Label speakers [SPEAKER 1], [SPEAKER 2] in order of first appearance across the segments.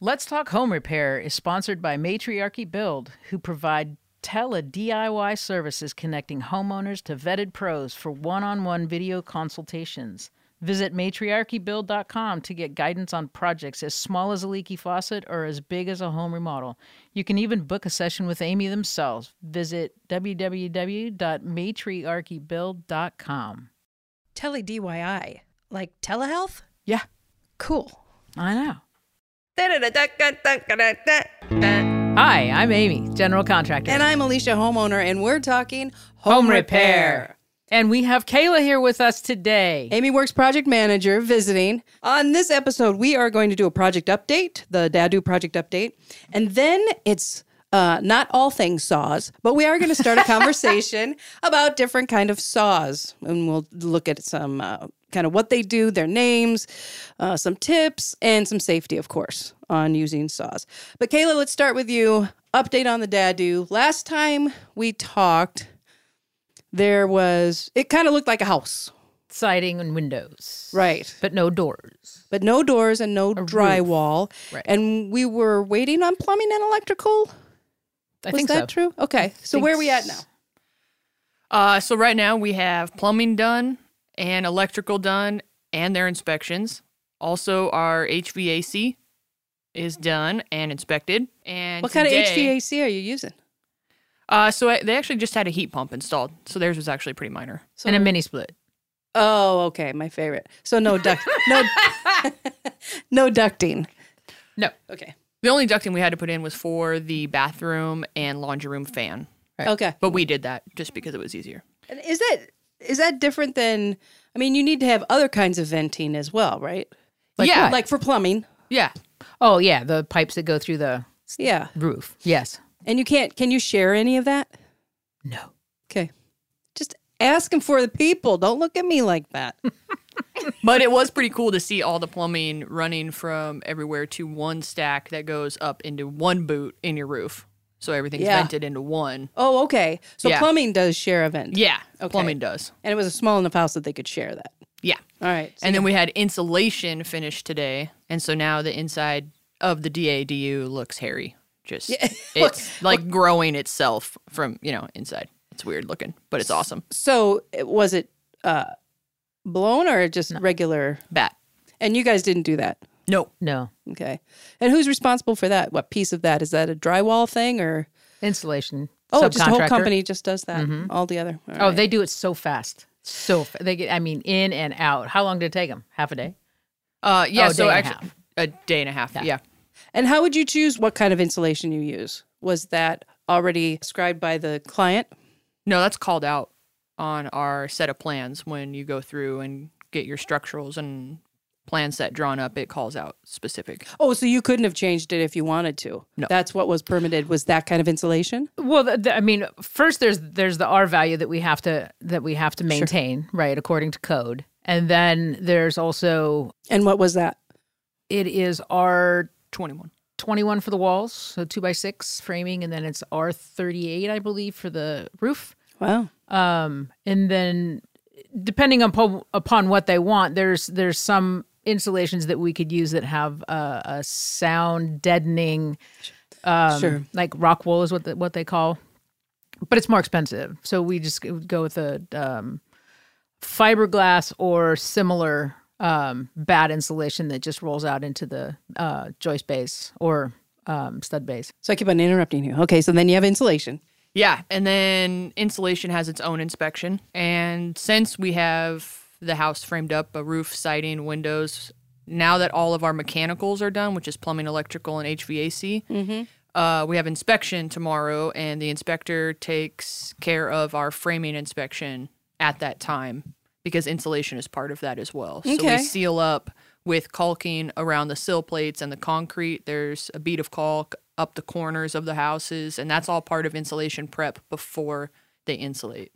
[SPEAKER 1] Let's Talk Home Repair is sponsored by Matriarchy Build, who provide tele DIY services connecting homeowners to vetted pros for one on one video consultations. Visit matriarchybuild.com to get guidance on projects as small as a leaky faucet or as big as a home remodel. You can even book a session with Amy themselves. Visit www.matriarchybuild.com.
[SPEAKER 2] Tele DIY, like telehealth?
[SPEAKER 1] Yeah,
[SPEAKER 2] Cool.
[SPEAKER 1] I know.
[SPEAKER 2] And
[SPEAKER 1] Hi, I'm Amy, general contractor.
[SPEAKER 2] I'm Alicia, homeowner, and we're talking
[SPEAKER 1] Home repair. And we have Kayla here with us today.
[SPEAKER 2] Amy Works project manager visiting. On this episode, we are going to do a project update, the Dadu project update. And then it's uh, not all things saws, but we are going to start a conversation about different kind of saws. And we'll look at some uh, kind of what they do, their names, uh, some tips, and some safety, of course, on using saws. But Kayla, let's start with you. Update on the Dadu. Last time we talked, there was, it kind of looked like a house.
[SPEAKER 1] Siding and windows,
[SPEAKER 2] Right.
[SPEAKER 1] but no doors.
[SPEAKER 2] But no doors and no drywall.
[SPEAKER 1] Right.
[SPEAKER 2] And we were waiting on plumbing and electrical.
[SPEAKER 1] I
[SPEAKER 2] Was
[SPEAKER 1] think
[SPEAKER 2] that
[SPEAKER 1] so.
[SPEAKER 2] true? Okay. So where are we at now?
[SPEAKER 3] Uh, so right now we have plumbing done and electrical done and their inspections. Also, our HVAC is done and inspected. And
[SPEAKER 2] What kind of
[SPEAKER 3] today-
[SPEAKER 2] HVAC are you using?
[SPEAKER 3] Uh, so I- they actually just had a heat pump installed. So theirs was actually pretty minor.
[SPEAKER 2] So
[SPEAKER 1] and a mini split.
[SPEAKER 2] Oh, okay, my favorite. So no duct no no ducting.
[SPEAKER 1] No.
[SPEAKER 2] Okay.
[SPEAKER 3] The only ducting we had to put in was for the bathroom and laundry room fan,
[SPEAKER 2] Okay.
[SPEAKER 3] but we did that just because it was easier.
[SPEAKER 2] And Is that is that different than I mean, you need to have other kinds of venting as well, right?
[SPEAKER 3] yeah,
[SPEAKER 2] Like for plumbing.
[SPEAKER 3] yeah.
[SPEAKER 1] Oh, yeah, the pipes that go through the
[SPEAKER 2] Yeah.
[SPEAKER 1] roof. Yes.
[SPEAKER 2] And you can't can you share any of that?
[SPEAKER 1] No.
[SPEAKER 2] Okay. Just asking for the people. Don't look at me like that.
[SPEAKER 3] But it was pretty cool to see all the plumbing running from everywhere to one stack that goes up into one boot in your roof. So everything's
[SPEAKER 2] Yeah.
[SPEAKER 3] vented into one.
[SPEAKER 2] Oh, okay. So
[SPEAKER 3] Yeah.
[SPEAKER 2] plumbing does share a vent.
[SPEAKER 3] Yeah, plumbing does.
[SPEAKER 2] And it was a small enough house that they could share that.
[SPEAKER 3] Yeah.
[SPEAKER 2] All right. So
[SPEAKER 3] and then we had insulation finished today. And so now the inside of the DADU looks hairy. Just it's like growing itself from, you know, inside. It's weird looking, but it's awesome.
[SPEAKER 2] So it- was it uh, blown or just regular?
[SPEAKER 3] Bat.
[SPEAKER 2] And you guys didn't do that.
[SPEAKER 3] No.
[SPEAKER 1] No.
[SPEAKER 2] Okay. And who's responsible for that? What piece of that? Is that a drywall thing or?
[SPEAKER 1] Insulation.
[SPEAKER 2] Oh, just the whole
[SPEAKER 1] subcontractor.
[SPEAKER 2] company just does that.
[SPEAKER 3] Mm-hmm.
[SPEAKER 2] All the other. All
[SPEAKER 1] Oh,
[SPEAKER 2] right.
[SPEAKER 1] they do it so fast. So fa- they get, I mean, in and out. How long did it take them? Half a day?
[SPEAKER 3] Uh yeah,
[SPEAKER 1] Oh,
[SPEAKER 3] so
[SPEAKER 1] day and a
[SPEAKER 3] actually a, day and a half. yeah.
[SPEAKER 2] and how would you choose what kind of insulation you use? Was that already described by the client?
[SPEAKER 3] No, that's called out on our set of plans when you go through and get your structurals and plan set drawn up. It calls out specific.
[SPEAKER 2] Oh, so you couldn't have changed it if you wanted to.
[SPEAKER 3] No.
[SPEAKER 2] That's what was permitted. Was that kind of insulation?
[SPEAKER 1] Well, the, the, I mean, first there's there's the R value that we have to that we have to maintain, right, according to code. And then there's also
[SPEAKER 2] And what was that?
[SPEAKER 1] it is R
[SPEAKER 3] 21.
[SPEAKER 1] 21 for the walls, so 2 by 6 framing and then it's R38 I believe for the roof.
[SPEAKER 2] Wow.
[SPEAKER 1] Um and then depending upon upon what they want, there's there's some insulations that we could use that have uh, a sound deadening um,
[SPEAKER 2] Sure.
[SPEAKER 1] like rock wool is what the, what they call, but it's more expensive. So we just g- go with a um, fiberglass or similar um, bad insulation that just rolls out into the uh, joist base or um, stud base.
[SPEAKER 2] So I keep on interrupting you. Okay, so then you have insulation.
[SPEAKER 3] Yeah. And then insulation has its own inspection. And since we have the house framed up, a roof, siding, windows, now that all of our mechanicals are done, which is plumbing, electrical, and HVAC, uh, we have inspection tomorrow, and the inspector takes care of our framing inspection at that time because insulation is part of that as well. So
[SPEAKER 2] Okay.
[SPEAKER 3] we seal up with caulking around the sill plates and the concrete. There's a bead of caulk up the corners of the houses, and that's all part of insulation prep before they insulate.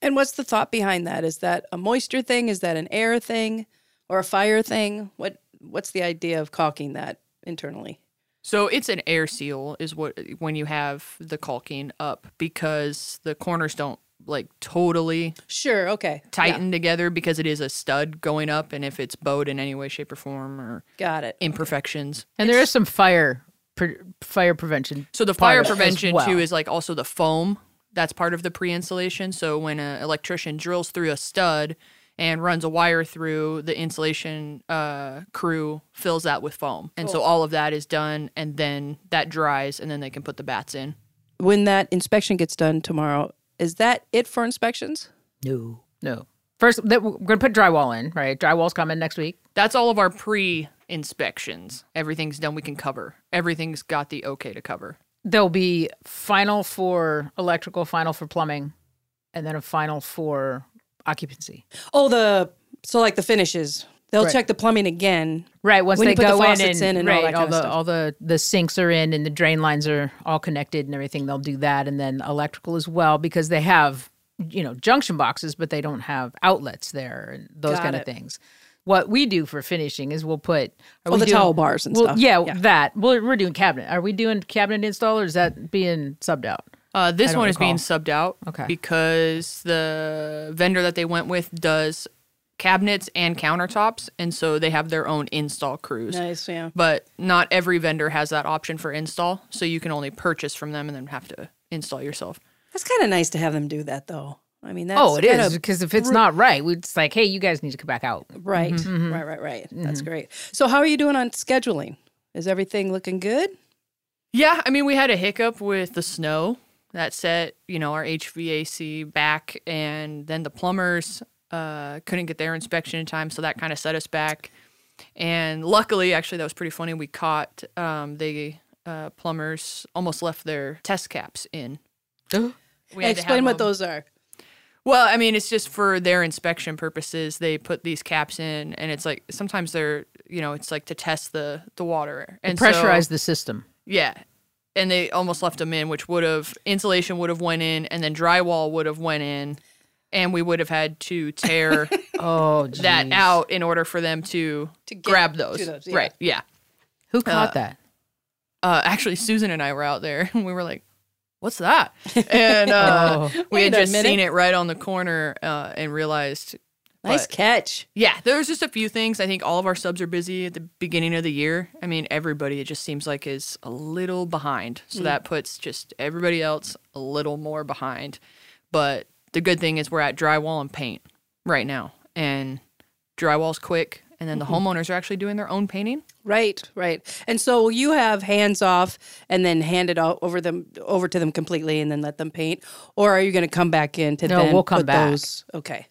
[SPEAKER 2] And what's the thought behind that? Is that a moisture thing? Is that an air thing or a fire thing? What what's the idea of caulking that internally?
[SPEAKER 3] So it's an air seal is what when you have the caulking up because the corners don't like totally
[SPEAKER 2] Sure. Okay.
[SPEAKER 3] tightened together because it is a stud going up, and if it's bowed in any way, shape, or form or
[SPEAKER 2] Got it.
[SPEAKER 3] imperfections.
[SPEAKER 1] And there is some fire pre- fire prevention.
[SPEAKER 3] So the
[SPEAKER 1] part
[SPEAKER 3] fire
[SPEAKER 1] of it as
[SPEAKER 3] prevention
[SPEAKER 1] well.
[SPEAKER 3] too is like also the foam. That's part of the pre-insulation. So when an electrician drills through a stud and runs a wire through, the insulation uh, crew fills that with foam, and so all of that is done, and then that dries, and then they can put the bats in.
[SPEAKER 2] When that inspection gets done tomorrow, is that it for inspections?
[SPEAKER 1] No, no. First, that we're going to put drywall in, right? Drywall's coming next week.
[SPEAKER 3] That's all of our pre-inspections. Everything's done. We can cover. Everything's got the okay to cover.
[SPEAKER 1] There'll be final for electrical, final for plumbing, and then a final for occupancy.
[SPEAKER 2] Oh, the so like the finishes. They'll
[SPEAKER 1] Right.
[SPEAKER 2] check the plumbing again.
[SPEAKER 1] Right. Once
[SPEAKER 2] When
[SPEAKER 1] they
[SPEAKER 2] you put the
[SPEAKER 1] go in,
[SPEAKER 2] faucets
[SPEAKER 1] and,
[SPEAKER 2] in and all
[SPEAKER 1] right,
[SPEAKER 2] that kinda
[SPEAKER 1] the
[SPEAKER 2] stuff.
[SPEAKER 1] all the the sinks are in and the drain lines are all connected and everything. They'll do that and then electrical as well because they have you know junction boxes, but they don't have outlets there and those
[SPEAKER 2] Got
[SPEAKER 1] kind
[SPEAKER 2] it.
[SPEAKER 1] of things. What we do for finishing is we'll put are
[SPEAKER 2] Well,
[SPEAKER 1] we
[SPEAKER 2] the
[SPEAKER 1] doing-
[SPEAKER 2] towel bars and
[SPEAKER 1] well,
[SPEAKER 2] stuff.
[SPEAKER 1] Yeah,
[SPEAKER 2] Yeah.
[SPEAKER 1] that. Well, we're doing cabinet. Are we doing cabinet install or is that being subbed out?
[SPEAKER 3] Uh, this
[SPEAKER 1] don't
[SPEAKER 3] one is being
[SPEAKER 1] recall.
[SPEAKER 3] subbed out
[SPEAKER 1] Okay.
[SPEAKER 3] because the vendor that they went with does cabinets and countertops, and so they have their own install crews.
[SPEAKER 2] Nice. Yeah.
[SPEAKER 3] But not every vendor has that option for install, so you can only purchase from them and then have to install yourself.
[SPEAKER 2] That's kind of nice to have them do that, though. I mean, that's
[SPEAKER 1] Oh, it
[SPEAKER 2] kinda
[SPEAKER 1] is because if it's not right, we it's like, hey, you guys need to come back out.
[SPEAKER 2] Right,
[SPEAKER 3] Mm-hmm.
[SPEAKER 2] right, right, right. That's great. So, how are you doing on scheduling? Is everything looking good?
[SPEAKER 3] Yeah, I mean, we had a hiccup with the snow that set, you know, our HVAC back, and then the plumbers uh, couldn't get their inspection in time, so that kind of set us back. And luckily, actually, that was pretty funny. We caught um, the uh, plumbers almost left their test caps in. We had to have
[SPEAKER 2] Explain what
[SPEAKER 3] them-
[SPEAKER 2] those are.
[SPEAKER 3] Well, I mean, it's just for their inspection purposes. They put these caps in, and it's like sometimes they're, you know, it's like to test the the water and so-
[SPEAKER 1] Pressurize the system.
[SPEAKER 3] yeah. And they almost left them in, which would have insulation would have went in and then drywall would have went in and we would have had to tear
[SPEAKER 1] Oh,
[SPEAKER 3] that
[SPEAKER 1] geez.
[SPEAKER 3] out in order for them to,
[SPEAKER 2] To get
[SPEAKER 3] grab
[SPEAKER 2] to
[SPEAKER 3] those.
[SPEAKER 2] those, yeah.
[SPEAKER 3] Right. Yeah.
[SPEAKER 1] Who caught that?
[SPEAKER 3] Uh, actually Susan and I were out there and we were like, What's that? And uh, we
[SPEAKER 2] Wait
[SPEAKER 3] had
[SPEAKER 2] a
[SPEAKER 3] just
[SPEAKER 2] minute.
[SPEAKER 3] seen it right on the corner uh, and realized
[SPEAKER 2] Nice
[SPEAKER 3] But-
[SPEAKER 2] catch.
[SPEAKER 3] yeah, there's just a few things. I think all of our subs are busy at the beginning of the year. I mean, everybody it just seems like is a little behind. So
[SPEAKER 1] Mm.
[SPEAKER 3] that puts just everybody else a little more behind. But the good thing is we're at drywall and paint right now. And drywall's quick and then the
[SPEAKER 1] Mm-hmm.
[SPEAKER 3] homeowners are actually doing their own painting.
[SPEAKER 2] Right, right. And so you have hands off, and then hand it out over them over to them completely, and then let them paint. Or are you going to come back in to
[SPEAKER 1] No,
[SPEAKER 2] then
[SPEAKER 1] we'll come
[SPEAKER 2] put
[SPEAKER 1] back.
[SPEAKER 2] those? Okay,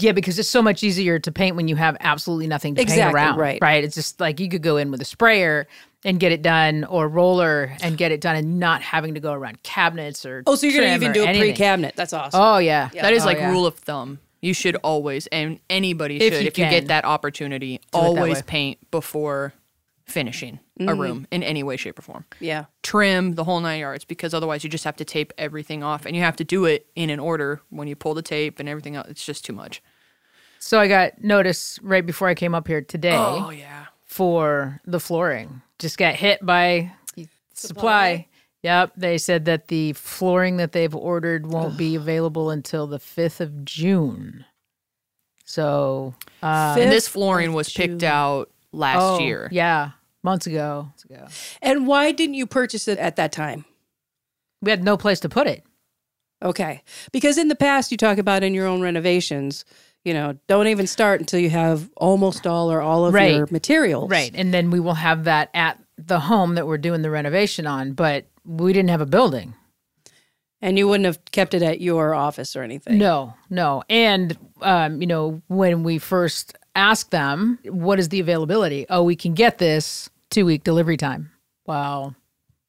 [SPEAKER 1] Yeah, because it's so much easier to paint when you have absolutely nothing to
[SPEAKER 2] Exactly,
[SPEAKER 1] paint around.
[SPEAKER 2] right.
[SPEAKER 1] Right. It's just like you could go in with a sprayer and get it done or roller and get it done and not having to go around cabinets or
[SPEAKER 2] Oh, so you're going to
[SPEAKER 1] trim
[SPEAKER 2] even
[SPEAKER 1] or
[SPEAKER 2] do a
[SPEAKER 1] anything.
[SPEAKER 2] pre cabinet? That's awesome.
[SPEAKER 1] Oh yeah.
[SPEAKER 3] That is
[SPEAKER 1] Oh,
[SPEAKER 3] like
[SPEAKER 1] yeah.
[SPEAKER 3] rule of thumb. You should always and anybody
[SPEAKER 1] If
[SPEAKER 3] should
[SPEAKER 1] you
[SPEAKER 3] if you
[SPEAKER 1] can.
[SPEAKER 3] get that opportunity, always paint before finishing
[SPEAKER 1] Mm.
[SPEAKER 3] a room in any way, shape or form.
[SPEAKER 2] yeah,
[SPEAKER 3] trim the whole nine yards because otherwise you just have to tape everything off and you have to do it in an order when you pull the tape and everything else. It's just too much.
[SPEAKER 1] So I got notice right before I came up here today
[SPEAKER 3] Oh,
[SPEAKER 2] Oh.
[SPEAKER 3] yeah.
[SPEAKER 1] for the flooring. Just got hit by supply. Yep. They said that the flooring that they've ordered won't be available until the fifth of June. So uh
[SPEAKER 3] And
[SPEAKER 2] Fifth
[SPEAKER 3] this flooring was picked out last
[SPEAKER 1] oh,
[SPEAKER 3] year.
[SPEAKER 1] Yeah. Months ago. Months ago.
[SPEAKER 2] And why didn't you purchase it at that time?
[SPEAKER 1] We had no place to put it.
[SPEAKER 2] Okay, because in the past you talk about in your own renovations, you know, don't even start until you have almost all or all of
[SPEAKER 1] Right.
[SPEAKER 2] your materials.
[SPEAKER 1] Right. And then we will have that at the home that we're doing the renovation on, but we didn't have a building.
[SPEAKER 2] And you wouldn't have kept it at your office or anything.
[SPEAKER 1] No, no. And, um, you know, when we first asked them, what is the availability? Oh, we can get this two week delivery time. Well,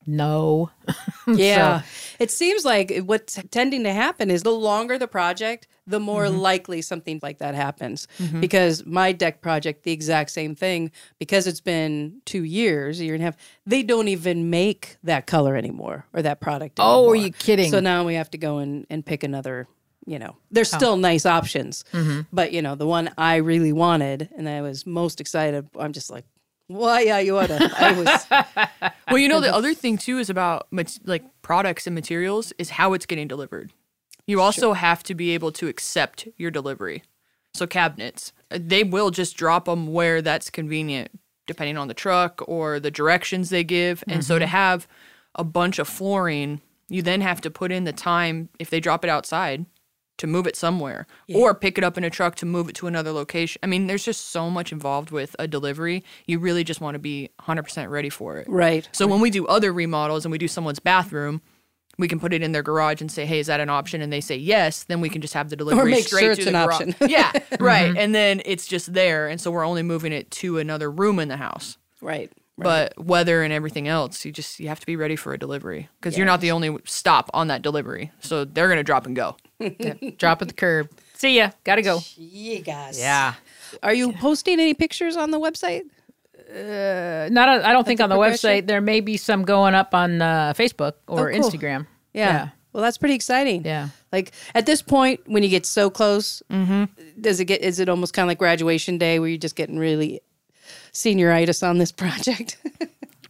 [SPEAKER 1] no.
[SPEAKER 2] Yeah. It seems like what's tending to happen is the longer the project, the more
[SPEAKER 1] Mm-hmm.
[SPEAKER 2] likely something like that happens. Because my deck project, the exact same thing, because it's been two years, a year and a half, they don't even make that color anymore or that product anymore.
[SPEAKER 1] Oh, are you kidding?
[SPEAKER 2] So now we have to go and, and pick another, you know, there's
[SPEAKER 1] Oh.
[SPEAKER 2] still nice options.
[SPEAKER 1] Mm-hmm.
[SPEAKER 2] But, you know, the one I really wanted and I was most excited, I'm just like, why, yeah, you oughta. I was.
[SPEAKER 3] Well, you know the other thing too is about mat- like products and materials is how it's getting delivered. You also have to be able to accept your delivery. So cabinets, uh, they will just drop them where that's convenient, depending on the truck or the directions they give. And so to have a bunch of flooring, you then have to put in the time if they drop it outside to move it somewhere or pick it up in a truck to move it to another location. I mean, there's just so much involved with a delivery. You really just want to be 100% ready for it.
[SPEAKER 2] Right.
[SPEAKER 3] So when we do other remodels and we do someone's bathroom, we can put it in their garage and say, "Hey, is that an option?" And they say yes, then we can just have the delivery
[SPEAKER 2] make
[SPEAKER 3] straight
[SPEAKER 2] sure
[SPEAKER 3] to
[SPEAKER 2] it's
[SPEAKER 3] the
[SPEAKER 2] an
[SPEAKER 3] garage.
[SPEAKER 2] option. Mm-hmm.
[SPEAKER 3] yeah, right. And then it's just there, and so we're only moving it to another room in the house.
[SPEAKER 2] Right. Right.
[SPEAKER 3] But weather and everything else, you just you have to be ready for a delivery because you're not the only stop on that delivery. So they're gonna drop and go.
[SPEAKER 1] Drop at the curb. See ya. Gotta go.
[SPEAKER 2] you guys.
[SPEAKER 1] Yeah.
[SPEAKER 2] Are you posting any pictures on the website?
[SPEAKER 1] Uh, Not. I I don't think on the
[SPEAKER 2] progression?
[SPEAKER 1] website. There may be some going up on uh, Facebook or
[SPEAKER 2] cool.
[SPEAKER 1] Instagram.
[SPEAKER 2] Well, that's pretty exciting.
[SPEAKER 1] Yeah. Mm-hmm.
[SPEAKER 2] Like at this point, when you get so close, does it get? Is it almost kind of like graduation day where you're just getting really senioritis on this project?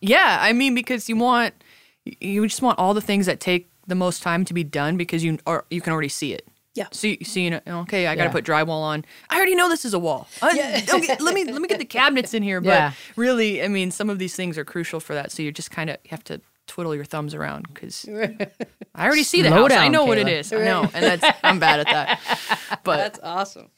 [SPEAKER 3] Yeah, I mean because you want you just want all the things that take the most time to be done because you are you can already see it.
[SPEAKER 2] Yeah.
[SPEAKER 3] So you, so you know, okay, I got to
[SPEAKER 1] Yeah.
[SPEAKER 3] put drywall on. I already know this is a wall. I- okay, let me let me get the cabinets in here. But
[SPEAKER 1] Yeah.
[SPEAKER 3] really, I mean, some of these things are crucial for that. So you just kind of you have to twiddle your thumbs around because I already see the
[SPEAKER 1] Slow
[SPEAKER 3] house. I
[SPEAKER 1] down,
[SPEAKER 3] know what it
[SPEAKER 1] Kayla.
[SPEAKER 3] is. I know, and that's I'm bad at that. But
[SPEAKER 2] awesome.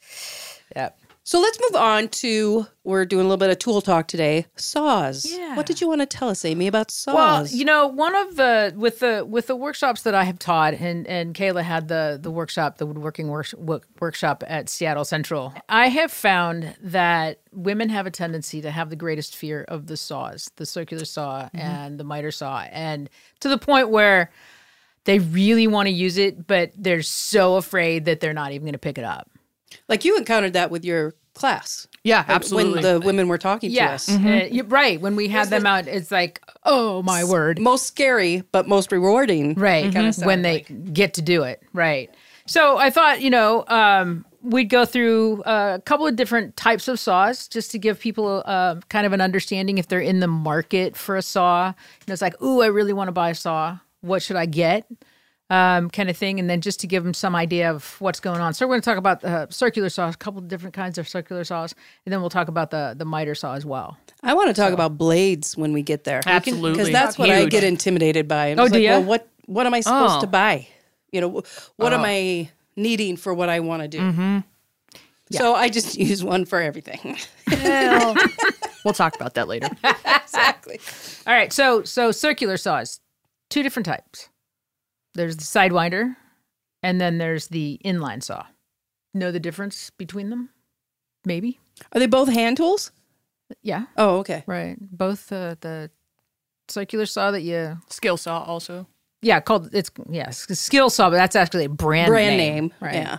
[SPEAKER 1] Yeah.
[SPEAKER 2] So let's move on to we're doing a little bit of tool talk today. Saws.
[SPEAKER 1] Yeah.
[SPEAKER 2] What did you want to tell us, Amy, about saws?
[SPEAKER 1] Well, you know, one of the with the with the workshops that I have taught, and and Kayla had the the workshop, the woodworking work, work, workshop at Seattle Central. I have found that women have a tendency to have the greatest fear of the saws, the circular saw and the miter saw, and to the point where they really want to use it, but they're so afraid that they're not even going to pick it up.
[SPEAKER 2] like you encountered that with your class.
[SPEAKER 3] yeah,
[SPEAKER 2] When-
[SPEAKER 3] absolutely.
[SPEAKER 2] When the women were talking to
[SPEAKER 1] Yes,
[SPEAKER 2] us.
[SPEAKER 1] eh, right. When we had them out, it's like, oh my word,
[SPEAKER 2] Most scary, but most rewarding.
[SPEAKER 1] right Mm-hmm. when they get to do it right so i thought you know um, we'd go through uh, a couple of different types of saws just to give people uh, kind of an understanding if they're in the market for a saw and it's like ooh i really want to buy a saw what should i get um, kind of thing and then just to give them some idea of what's going on so we're going to talk about uh, circular saws a couple of different kinds of circular saws and then we'll talk about the the miter saw as well
[SPEAKER 2] I want to talk about blades when we get there.
[SPEAKER 3] Absolutely.
[SPEAKER 2] Because that's what I
[SPEAKER 3] Huge.
[SPEAKER 2] get intimidated by. I'm
[SPEAKER 1] Oh,
[SPEAKER 2] just
[SPEAKER 1] do
[SPEAKER 2] like,
[SPEAKER 1] ya?
[SPEAKER 2] well, what, what am I supposed
[SPEAKER 3] Oh.
[SPEAKER 2] to buy? You know, wh- what am I needing for what I want to do?
[SPEAKER 3] Mm-hmm.
[SPEAKER 2] So I just use one for everything.
[SPEAKER 3] we'll talk about that later.
[SPEAKER 2] exactly.
[SPEAKER 1] All right, so so circular saws, two different types. There's the sidewinder, and then there's the inline saw. Know the difference between them? Maybe.
[SPEAKER 2] Are they both hand tools?
[SPEAKER 1] Yeah.
[SPEAKER 2] Oh, okay.
[SPEAKER 1] Right. Both uh, the circular saw that you
[SPEAKER 3] Skill saw also.
[SPEAKER 1] yeah called it's yeah s- skill saw, but that's actually a brand
[SPEAKER 2] Brand name.
[SPEAKER 1] name, right?
[SPEAKER 2] Yeah.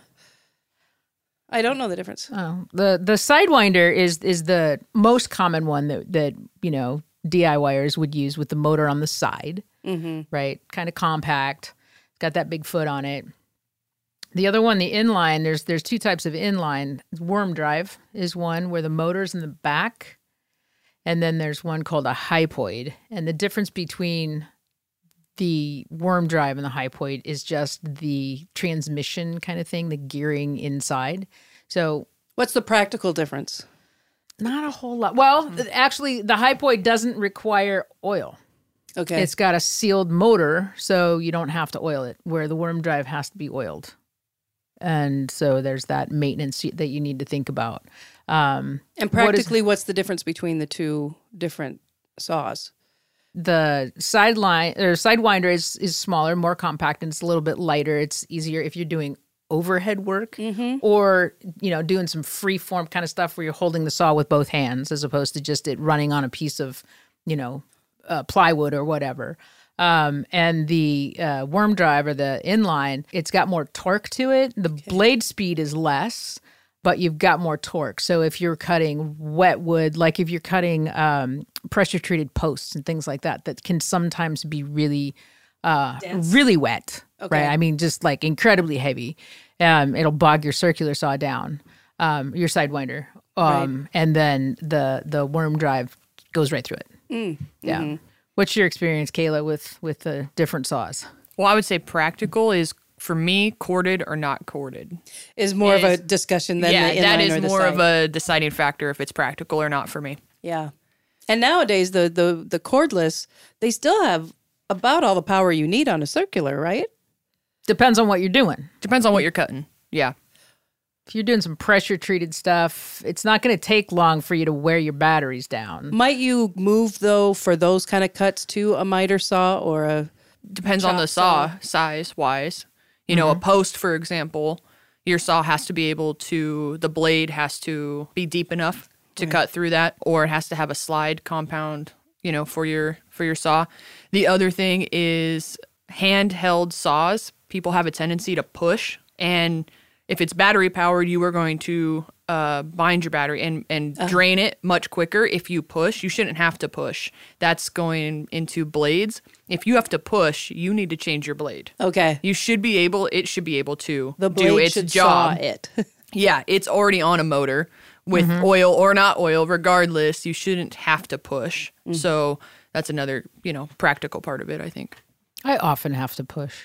[SPEAKER 2] I don't know the difference.
[SPEAKER 1] Oh, the the sidewinder is is the most common one that that you know DIYers would use with the motor on the side, right? Kind of compact, got that big foot on it. The other one, the inline, there's there's two types of inline. Worm drive is one where the motor's in the back, and then there's one called a hypoid. And the difference between the worm drive and the hypoid is just the transmission kind of thing, the gearing inside. So
[SPEAKER 2] What's the practical difference?
[SPEAKER 1] not a whole lot. Well, th- actually, the hypoid doesn't require oil.
[SPEAKER 2] Okay.
[SPEAKER 1] It's got a sealed motor, so you don't have to oil it. Where the worm drive has to be oiled, and so there's that maintenance y- that you need to think about. Um, what is-
[SPEAKER 2] and practically, what's the difference between the two different saws?
[SPEAKER 1] the sideline or sidewinder is is smaller, more compact, and it's a little bit lighter. It's easier if you're doing overhead work or you know doing some free form kind of stuff where you're holding the saw with both hands as opposed to just it running on a piece of you know uh, plywood or whatever. Um, and the uh, worm drive or the inline, it's got more torque to it. The blade speed is less but you've got more torque. So if you're cutting wet wood, like if you're cutting um, pressure treated posts and things like that, that can sometimes be really, uh, really wet. Right. I mean, just like incredibly heavy. Um, it'll bog your circular saw down, um, your sidewinder, um, and then the the worm drive goes right through it. yeah. What's your experience, Kayla, with with the different saws?
[SPEAKER 3] Well, I would say practical is for me, corded or not corded.
[SPEAKER 2] is more of a
[SPEAKER 3] Is-
[SPEAKER 2] discussion than
[SPEAKER 3] yeah,
[SPEAKER 2] the
[SPEAKER 3] that
[SPEAKER 2] inline
[SPEAKER 3] is
[SPEAKER 2] or the
[SPEAKER 3] more of
[SPEAKER 2] side.
[SPEAKER 3] a deciding factor if it's practical or not for me.
[SPEAKER 2] Yeah. And nowadays the the the cordless, they still have about all the power you need on a circular, right?
[SPEAKER 1] Depends on what you're doing.
[SPEAKER 3] Depends on what you're cutting. Yeah.
[SPEAKER 1] If you're doing some pressure treated stuff, it's not going to take long for you to wear your batteries down.
[SPEAKER 2] Might you move though for those kind of cuts to a miter saw or a
[SPEAKER 3] Depends on the saw size wise. You know,
[SPEAKER 2] Mm-hmm.
[SPEAKER 3] a post, for example, your saw has to be able to, the blade has to be deep enough to cut through that, or it has to have a slide compound, you know, for your for your saw. The other thing is handheld saws. People have a tendency to push, and if it's battery powered, you are going to uh, bind your battery and and
[SPEAKER 2] Uh-huh.
[SPEAKER 3] drain it much quicker if you push. You shouldn't have to push. That's going into blades. If you have to push, you need to change your blade.
[SPEAKER 2] okay.
[SPEAKER 3] You should be able. It should be able to
[SPEAKER 2] The blade
[SPEAKER 3] do its
[SPEAKER 2] should
[SPEAKER 3] job.
[SPEAKER 2] saw it. Mm-hmm.
[SPEAKER 3] Yeah, it's already on a motor with oil or not oil. Regardless, you shouldn't have to push.
[SPEAKER 2] Mm.
[SPEAKER 3] So that's another you know practical part of it. I think.
[SPEAKER 1] I often have to push,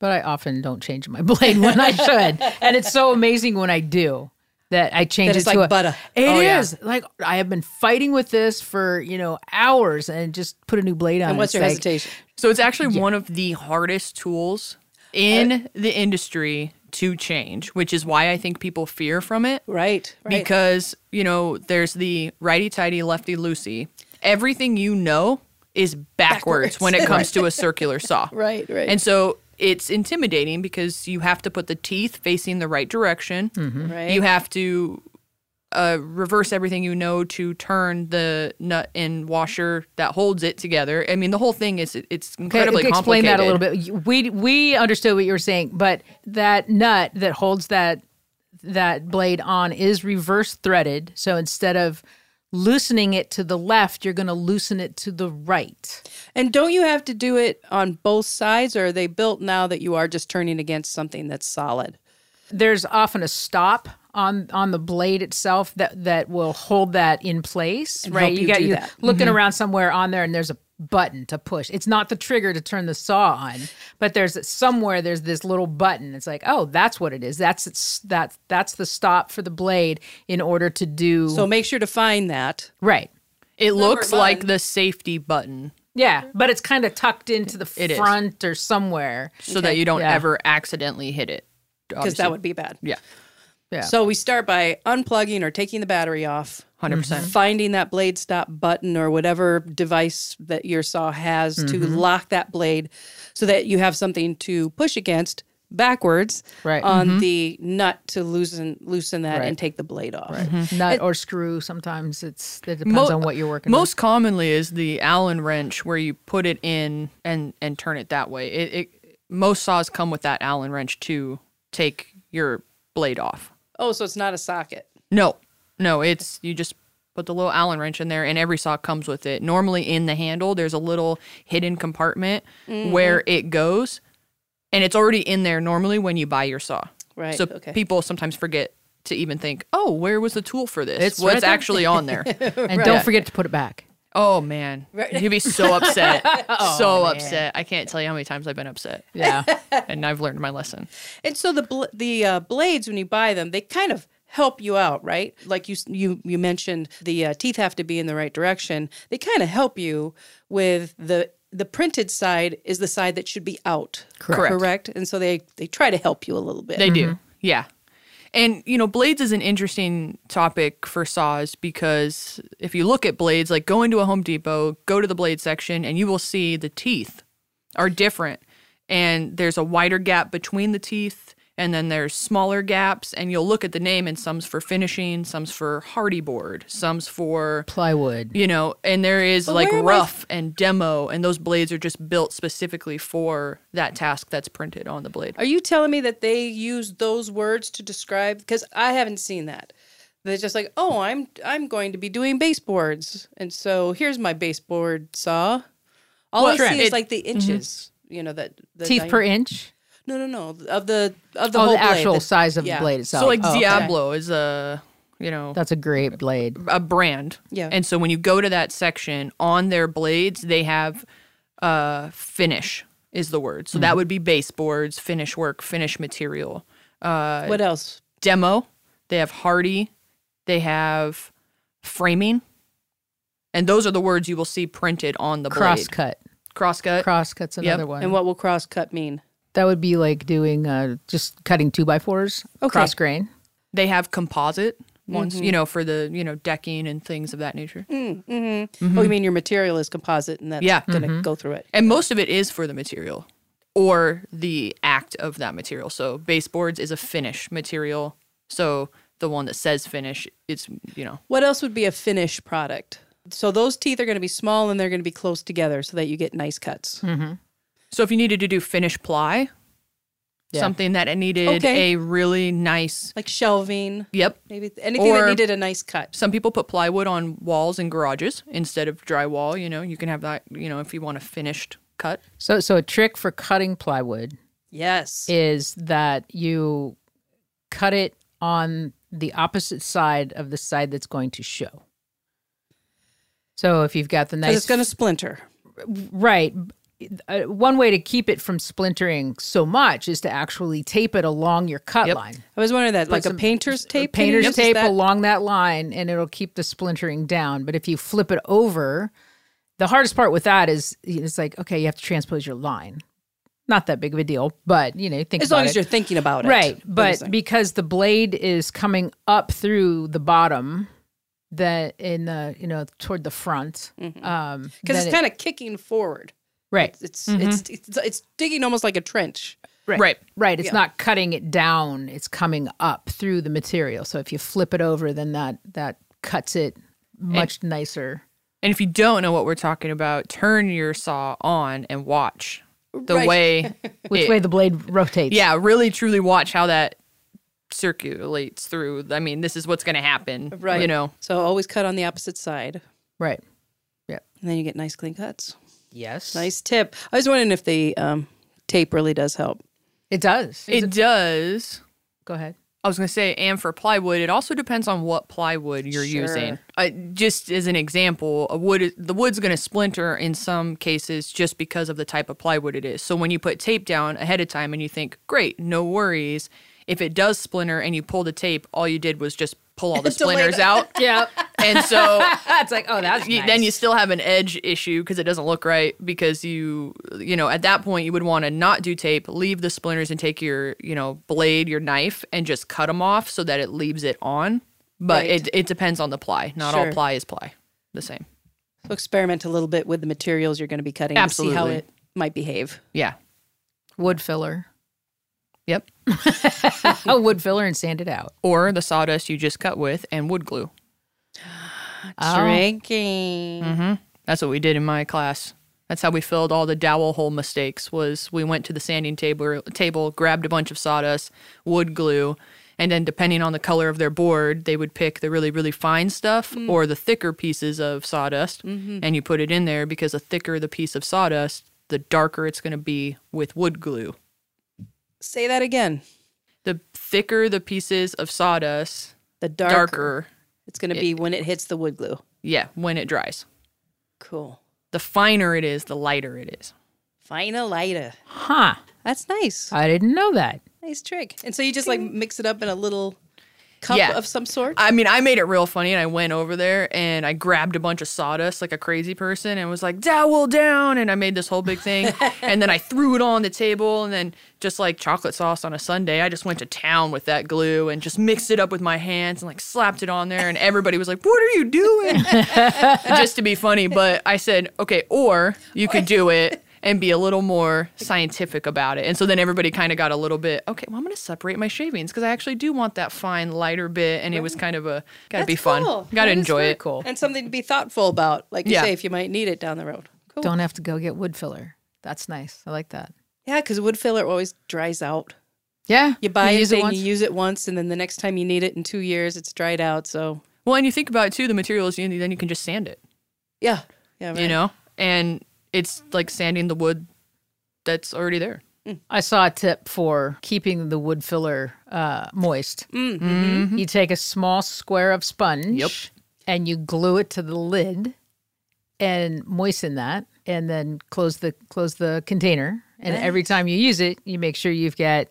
[SPEAKER 1] but I often don't change my blade when I should. and it's so amazing when I do that I change
[SPEAKER 2] That it's
[SPEAKER 1] it to
[SPEAKER 2] like
[SPEAKER 1] a,
[SPEAKER 2] butter.
[SPEAKER 1] It
[SPEAKER 3] Oh, yeah.
[SPEAKER 1] is. like I have been fighting with this for you know hours and just put a new blade on.
[SPEAKER 2] and what's
[SPEAKER 1] It's
[SPEAKER 2] your
[SPEAKER 1] like,
[SPEAKER 2] hesitation?
[SPEAKER 3] So it's actually one of the hardest tools in
[SPEAKER 2] Uh,
[SPEAKER 3] the industry to change, which is why I think people fear from it
[SPEAKER 2] Right. Right.
[SPEAKER 3] because, you know, there's the righty tighty, lefty loosey. Everything you know is backwards, when it comes to a circular saw.
[SPEAKER 2] Right, right.
[SPEAKER 3] And so it's intimidating because you have to put the teeth facing the right direction.
[SPEAKER 2] Right.
[SPEAKER 3] You have to uh, reverse everything you know to turn the nut and washer that holds it together. I mean, the whole thing is it's
[SPEAKER 1] Okay,
[SPEAKER 3] incredibly
[SPEAKER 1] explain
[SPEAKER 3] complicated.
[SPEAKER 1] that a little bit. You- We we understood what you were saying, but that nut that holds that that blade on is reverse threaded. So instead of loosening it to the left, you're going to loosen it to the right.
[SPEAKER 2] and don't you have to do it on both sides or are they built now that you are just turning against something that's solid?
[SPEAKER 1] there's often a stop on on the blade itself that that will hold that in place right
[SPEAKER 2] help you do that. Mm-hmm.
[SPEAKER 1] looking around somewhere on there and there's a button to push it's not the trigger to turn the saw on but there's somewhere there's this little button it's like oh that's what it is that's it's that's that's the stop for the blade in order to do
[SPEAKER 2] So make sure to find that.
[SPEAKER 1] right
[SPEAKER 3] It looks like the safety button
[SPEAKER 1] yeah but it's kind of tucked into the
[SPEAKER 3] It is.
[SPEAKER 1] front or somewhere
[SPEAKER 3] so that you don't
[SPEAKER 1] Yeah.
[SPEAKER 3] ever accidentally hit it.
[SPEAKER 2] Because that would be bad.
[SPEAKER 3] yeah,
[SPEAKER 1] yeah
[SPEAKER 2] So we start by unplugging or taking the battery off.
[SPEAKER 3] 100%. percent
[SPEAKER 2] finding that blade stop button or whatever device that your saw has to lock that blade so that you have something to push against backwards
[SPEAKER 1] Right.
[SPEAKER 2] on the nut to loosen loosen that and take the blade off.
[SPEAKER 1] nut or screw sometimes it's it Mm-hmm. depends on what you're working with.
[SPEAKER 3] Most commonly is the Allen wrench where you put it in and and turn it that way. It, it most saws come with that Allen wrench to take your blade off.
[SPEAKER 2] Oh, so it's not a socket.
[SPEAKER 3] No, no, it's you just put the little Allen wrench in there, and every saw comes with it. Normally, in the handle, there's a little hidden compartment
[SPEAKER 2] Mm-hmm.
[SPEAKER 3] where it goes, and it's already in there normally when you buy your saw.
[SPEAKER 2] Right,
[SPEAKER 3] So
[SPEAKER 2] okay.
[SPEAKER 3] people sometimes forget to even think, oh, where was the tool for this?
[SPEAKER 1] It's
[SPEAKER 3] What's
[SPEAKER 1] right there.
[SPEAKER 3] actually on there?
[SPEAKER 1] and don't forget to put it back
[SPEAKER 3] oh man, you'd be so upset,
[SPEAKER 2] Oh,
[SPEAKER 3] so upset. I can't tell you how many times I've been upset,
[SPEAKER 1] yeah
[SPEAKER 3] and I've learned my lesson.
[SPEAKER 2] And so the bl- the uh, blades when you buy them, they kind of help you out, right? Like you s- you you mentioned the uh, teeth have to be in the right direction. They kind of help you with the the printed side is the side that should be out.
[SPEAKER 3] Correct.
[SPEAKER 2] Correct. And so they they try to help you a little bit.
[SPEAKER 3] They do. Yeah. And you know, blades is an interesting topic for saws because if you look at blades, like go into a Home Depot, go to the blade section and you will see the teeth are different and there's a wider gap between the teeth and then there's smaller gaps and you'll look at the name and some's for finishing, some's for hardy board, some's for
[SPEAKER 1] plywood.
[SPEAKER 3] you know, and there is like
[SPEAKER 2] where am I-
[SPEAKER 3] rough and demo and those blades are just built specifically for that task that's printed on the blade.
[SPEAKER 2] Are you telling me that they use those words to describe? Because I haven't seen that. They're just like, oh, I'm I'm going to be doing baseboards, and so here's my baseboard saw. All I
[SPEAKER 3] Well,
[SPEAKER 2] see is
[SPEAKER 3] it- Mm-hmm.
[SPEAKER 2] like the inches. You know that the
[SPEAKER 1] Teeth
[SPEAKER 2] diam-
[SPEAKER 1] per inch.
[SPEAKER 2] No, no, no. Of the of the
[SPEAKER 1] oh,
[SPEAKER 2] whole
[SPEAKER 1] the actual
[SPEAKER 2] blade,
[SPEAKER 1] size of
[SPEAKER 2] yeah.
[SPEAKER 1] the blade itself.
[SPEAKER 3] So like
[SPEAKER 1] Oh, okay.
[SPEAKER 3] Diablo is a you know
[SPEAKER 1] That's a great blade.
[SPEAKER 3] a brand.
[SPEAKER 2] Yeah.
[SPEAKER 3] And so when you go to that section on their blades, they have uh finish is the word. So that would be baseboards, finish work, finish material. Uh,
[SPEAKER 2] what else?
[SPEAKER 3] demo. They have hardy. They have framing. And those are the words you will see printed on the blade.
[SPEAKER 1] Crosscut.
[SPEAKER 3] Crosscut.
[SPEAKER 1] Crosscut's another one.
[SPEAKER 2] And what will cross cut mean?
[SPEAKER 1] that would be like doing uh, just cutting two by fours
[SPEAKER 2] Okay.
[SPEAKER 1] cross grain.
[SPEAKER 3] they have composite ones, you know, for the, you know, decking and things of that nature.
[SPEAKER 1] Mm-hmm.
[SPEAKER 2] Oh, you mean your material is composite and that's
[SPEAKER 3] Yeah.
[SPEAKER 2] going to go through it.
[SPEAKER 3] And most of it is for the material or the act of that material. So baseboards is a finish material. So the one that says finish, it's, you know,
[SPEAKER 2] What else would be a finished product? So those teeth are going to be small and they're going to be close together so that you get nice cuts.
[SPEAKER 1] Hmm.
[SPEAKER 3] So if you needed to do finish ply,
[SPEAKER 1] Yeah.
[SPEAKER 3] something that it needed
[SPEAKER 2] Okay.
[SPEAKER 3] a really nice,
[SPEAKER 2] Like shelving,
[SPEAKER 3] yep.
[SPEAKER 2] maybe anything that
[SPEAKER 3] Or-
[SPEAKER 2] needed a nice cut.
[SPEAKER 3] Some people put plywood on walls and garages instead of drywall. You know, you can have that. You know, if you want a finished cut,
[SPEAKER 1] So, so a trick for cutting plywood
[SPEAKER 2] Yes.
[SPEAKER 1] is that you cut it on the opposite side of the side that's going to show. So if you've got the
[SPEAKER 2] Because
[SPEAKER 1] nice
[SPEAKER 2] it's going to splinter.
[SPEAKER 1] Right. Uh, one way to keep it from splintering so much is to actually tape it along your cut
[SPEAKER 3] Yep.
[SPEAKER 1] line.
[SPEAKER 2] I was wondering that, like a
[SPEAKER 1] some-
[SPEAKER 2] painter's tape. can you
[SPEAKER 1] Painter's
[SPEAKER 2] use
[SPEAKER 1] tape
[SPEAKER 2] that?
[SPEAKER 1] along that line and it'll keep the splintering down. But if you flip it over, the hardest part with that is it's like, okay, you have to transpose your line. Not that big of a deal, but you know, think
[SPEAKER 2] As long
[SPEAKER 1] about
[SPEAKER 2] as
[SPEAKER 1] it.
[SPEAKER 2] you're thinking about it.
[SPEAKER 1] Right.
[SPEAKER 2] What is
[SPEAKER 1] But
[SPEAKER 2] it?
[SPEAKER 1] because the blade is coming up through the bottom, that in the, you know, toward the front. Um, then
[SPEAKER 2] because Mm-hmm. it's
[SPEAKER 1] it- Mm-hmm.
[SPEAKER 2] kind of kicking forward.
[SPEAKER 1] right.
[SPEAKER 2] It's, it's it's it's digging almost like a trench.
[SPEAKER 1] Right.
[SPEAKER 3] Right.
[SPEAKER 1] Right. It's not cutting it down. It's coming up through the material. So if you flip it over, then that that cuts it much nicer.
[SPEAKER 3] and if you don't know what we're talking about, turn your saw on and watch the
[SPEAKER 2] Right.
[SPEAKER 3] way.
[SPEAKER 1] Which
[SPEAKER 3] it-
[SPEAKER 1] way the blade rotates.
[SPEAKER 3] Yeah, really, truly watch how that circulates through. I mean, this is what's going to happen. You know.
[SPEAKER 2] So always cut on the opposite side,
[SPEAKER 1] Right.
[SPEAKER 2] and then you get nice clean cuts.
[SPEAKER 1] Yes.
[SPEAKER 2] Nice tip. I was wondering if the um, tape really does help.
[SPEAKER 1] It does. Is
[SPEAKER 3] It does.
[SPEAKER 1] go ahead.
[SPEAKER 3] I was going to say, and for plywood, it also depends on what plywood you're
[SPEAKER 2] Sure.
[SPEAKER 3] using. Uh, just as an example, a wood is- the wood's going to splinter in some cases just because of the type of plywood it is. So when you put tape down ahead of time and you think, great, no worries, if it does splinter and you pull the tape, all you did was just pull all the
[SPEAKER 2] Delay
[SPEAKER 3] splinters
[SPEAKER 2] the-
[SPEAKER 3] out,
[SPEAKER 1] Yeah.
[SPEAKER 3] and so
[SPEAKER 1] That's like, oh, that's
[SPEAKER 3] you, then you still have an edge issue because it doesn't look right because you you know at that point you would want to not do tape leave the splinters and take your you know blade your knife and just cut them off so that it leaves it on but
[SPEAKER 2] Right.
[SPEAKER 3] it, it depends on the ply not
[SPEAKER 2] Sure.
[SPEAKER 3] all ply is ply the same
[SPEAKER 2] So experiment a little bit with the materials you're going to be cutting. and See how
[SPEAKER 3] Absolutely.
[SPEAKER 2] it might behave.
[SPEAKER 3] yeah
[SPEAKER 1] wood filler.
[SPEAKER 3] yep
[SPEAKER 1] Oh, wood filler and sand it out.
[SPEAKER 3] or the sawdust you just cut with and wood glue Ah.
[SPEAKER 2] Shrinking.
[SPEAKER 3] Mm-hmm. that's what we did in my class that's how we filled all the dowel hole mistakes was we went to the sanding table table grabbed a bunch of sawdust wood glue and then depending on the color of their board they would pick the really really fine stuff or the thicker pieces of sawdust and you put it in there because the thicker the piece of sawdust the darker it's going to be with wood glue
[SPEAKER 2] Say that again.
[SPEAKER 3] the thicker the pieces of sawdust
[SPEAKER 2] The darker,
[SPEAKER 3] darker,
[SPEAKER 2] it's going to be when it hits the wood glue.
[SPEAKER 3] yeah when it dries
[SPEAKER 2] Cool.
[SPEAKER 3] the finer it is the lighter it is
[SPEAKER 2] Fina lighter.
[SPEAKER 1] Huh.
[SPEAKER 2] That's nice.
[SPEAKER 1] I didn't know that.
[SPEAKER 2] Nice trick. And so you just like mix it up in a little cup
[SPEAKER 3] Yeah.
[SPEAKER 2] of some sort.
[SPEAKER 3] I mean, I made it real funny, and I went over there and I grabbed a bunch of sawdust like a crazy person, and was like dowel down, and I made this whole big thing, and then I threw it on the table, and then just like chocolate sauce on a Sunday, I just went to town with that glue and just mixed it up with my hands and like slapped it on there, and everybody was like, "What are you doing?" just to be funny, but I said, "Okay," or you could do it. And be a little more scientific about it. And so then everybody kind of got a little bit, okay, well, I'm going to separate my shavings because I actually do want that fine, lighter bit. And it was kind of a, got to
[SPEAKER 2] That's
[SPEAKER 3] be fun.
[SPEAKER 2] cool.
[SPEAKER 3] Got to
[SPEAKER 2] That is
[SPEAKER 3] enjoy
[SPEAKER 1] very
[SPEAKER 3] it.
[SPEAKER 1] cool.
[SPEAKER 2] and something to be thoughtful about, like you
[SPEAKER 3] Yeah.
[SPEAKER 2] say, if you might need it down the road. Cool.
[SPEAKER 1] Don't have to go get wood filler. That's nice. I like that.
[SPEAKER 2] Yeah, because wood filler always dries out.
[SPEAKER 1] Yeah.
[SPEAKER 2] You buy
[SPEAKER 1] use
[SPEAKER 2] it,
[SPEAKER 1] it
[SPEAKER 2] and
[SPEAKER 1] once.
[SPEAKER 2] you use it once, and then the next time you need it in two years, it's dried out. So
[SPEAKER 3] Well, and you think about it too, the materials, you then you can just sand it,
[SPEAKER 2] yeah, yeah, right.
[SPEAKER 3] you know? And it's like sanding the wood that's already there.
[SPEAKER 1] I saw a tip for keeping the wood filler uh, moist. Mm-hmm. You take a small square of sponge
[SPEAKER 3] Yep.
[SPEAKER 1] and you glue it to the lid and moisten that and then close the close the container And every time you use it, you make sure you've got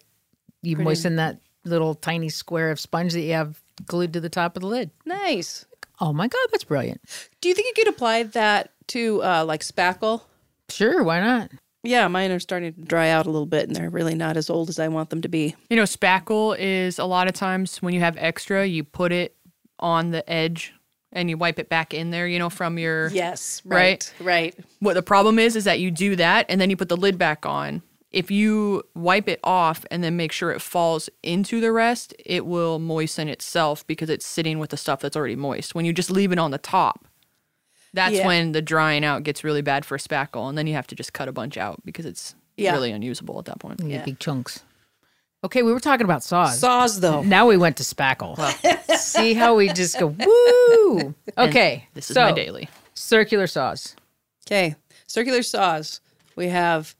[SPEAKER 1] you moisten that little tiny square of sponge that you have glued to the top of the lid.
[SPEAKER 2] Nice.
[SPEAKER 1] Oh my god, that's brilliant.
[SPEAKER 2] Do you think you could apply that to uh, like spackle?
[SPEAKER 1] Sure, why not?
[SPEAKER 2] Yeah, mine are starting to dry out a little bit, and they're really not as old as I want them to be.
[SPEAKER 3] You know, spackle is a lot of times when you have extra, you put it on the edge and you wipe it back in there, you know, from your
[SPEAKER 2] Yes.
[SPEAKER 3] Right.
[SPEAKER 2] Right. right.
[SPEAKER 3] What the problem is is that you do that and then you put the lid back on. If you wipe it off and then make sure it falls into the rest, it will moisten itself because it's sitting with the stuff that's already moist. When you just leave it on the top, that's
[SPEAKER 2] Yeah.
[SPEAKER 3] when the drying out gets really bad for spackle and then you have to just cut a bunch out because it's
[SPEAKER 2] Yeah.
[SPEAKER 3] really unusable at that point.
[SPEAKER 1] You get
[SPEAKER 2] Yeah.
[SPEAKER 1] Big chunks. Okay, we were talking about saws.
[SPEAKER 2] Saws though.
[SPEAKER 1] now we went to spackle. See how we just go woo. Okay,
[SPEAKER 3] This is
[SPEAKER 1] so,
[SPEAKER 3] my daily.
[SPEAKER 1] Circular saws.
[SPEAKER 2] Okay. Circular saws. We have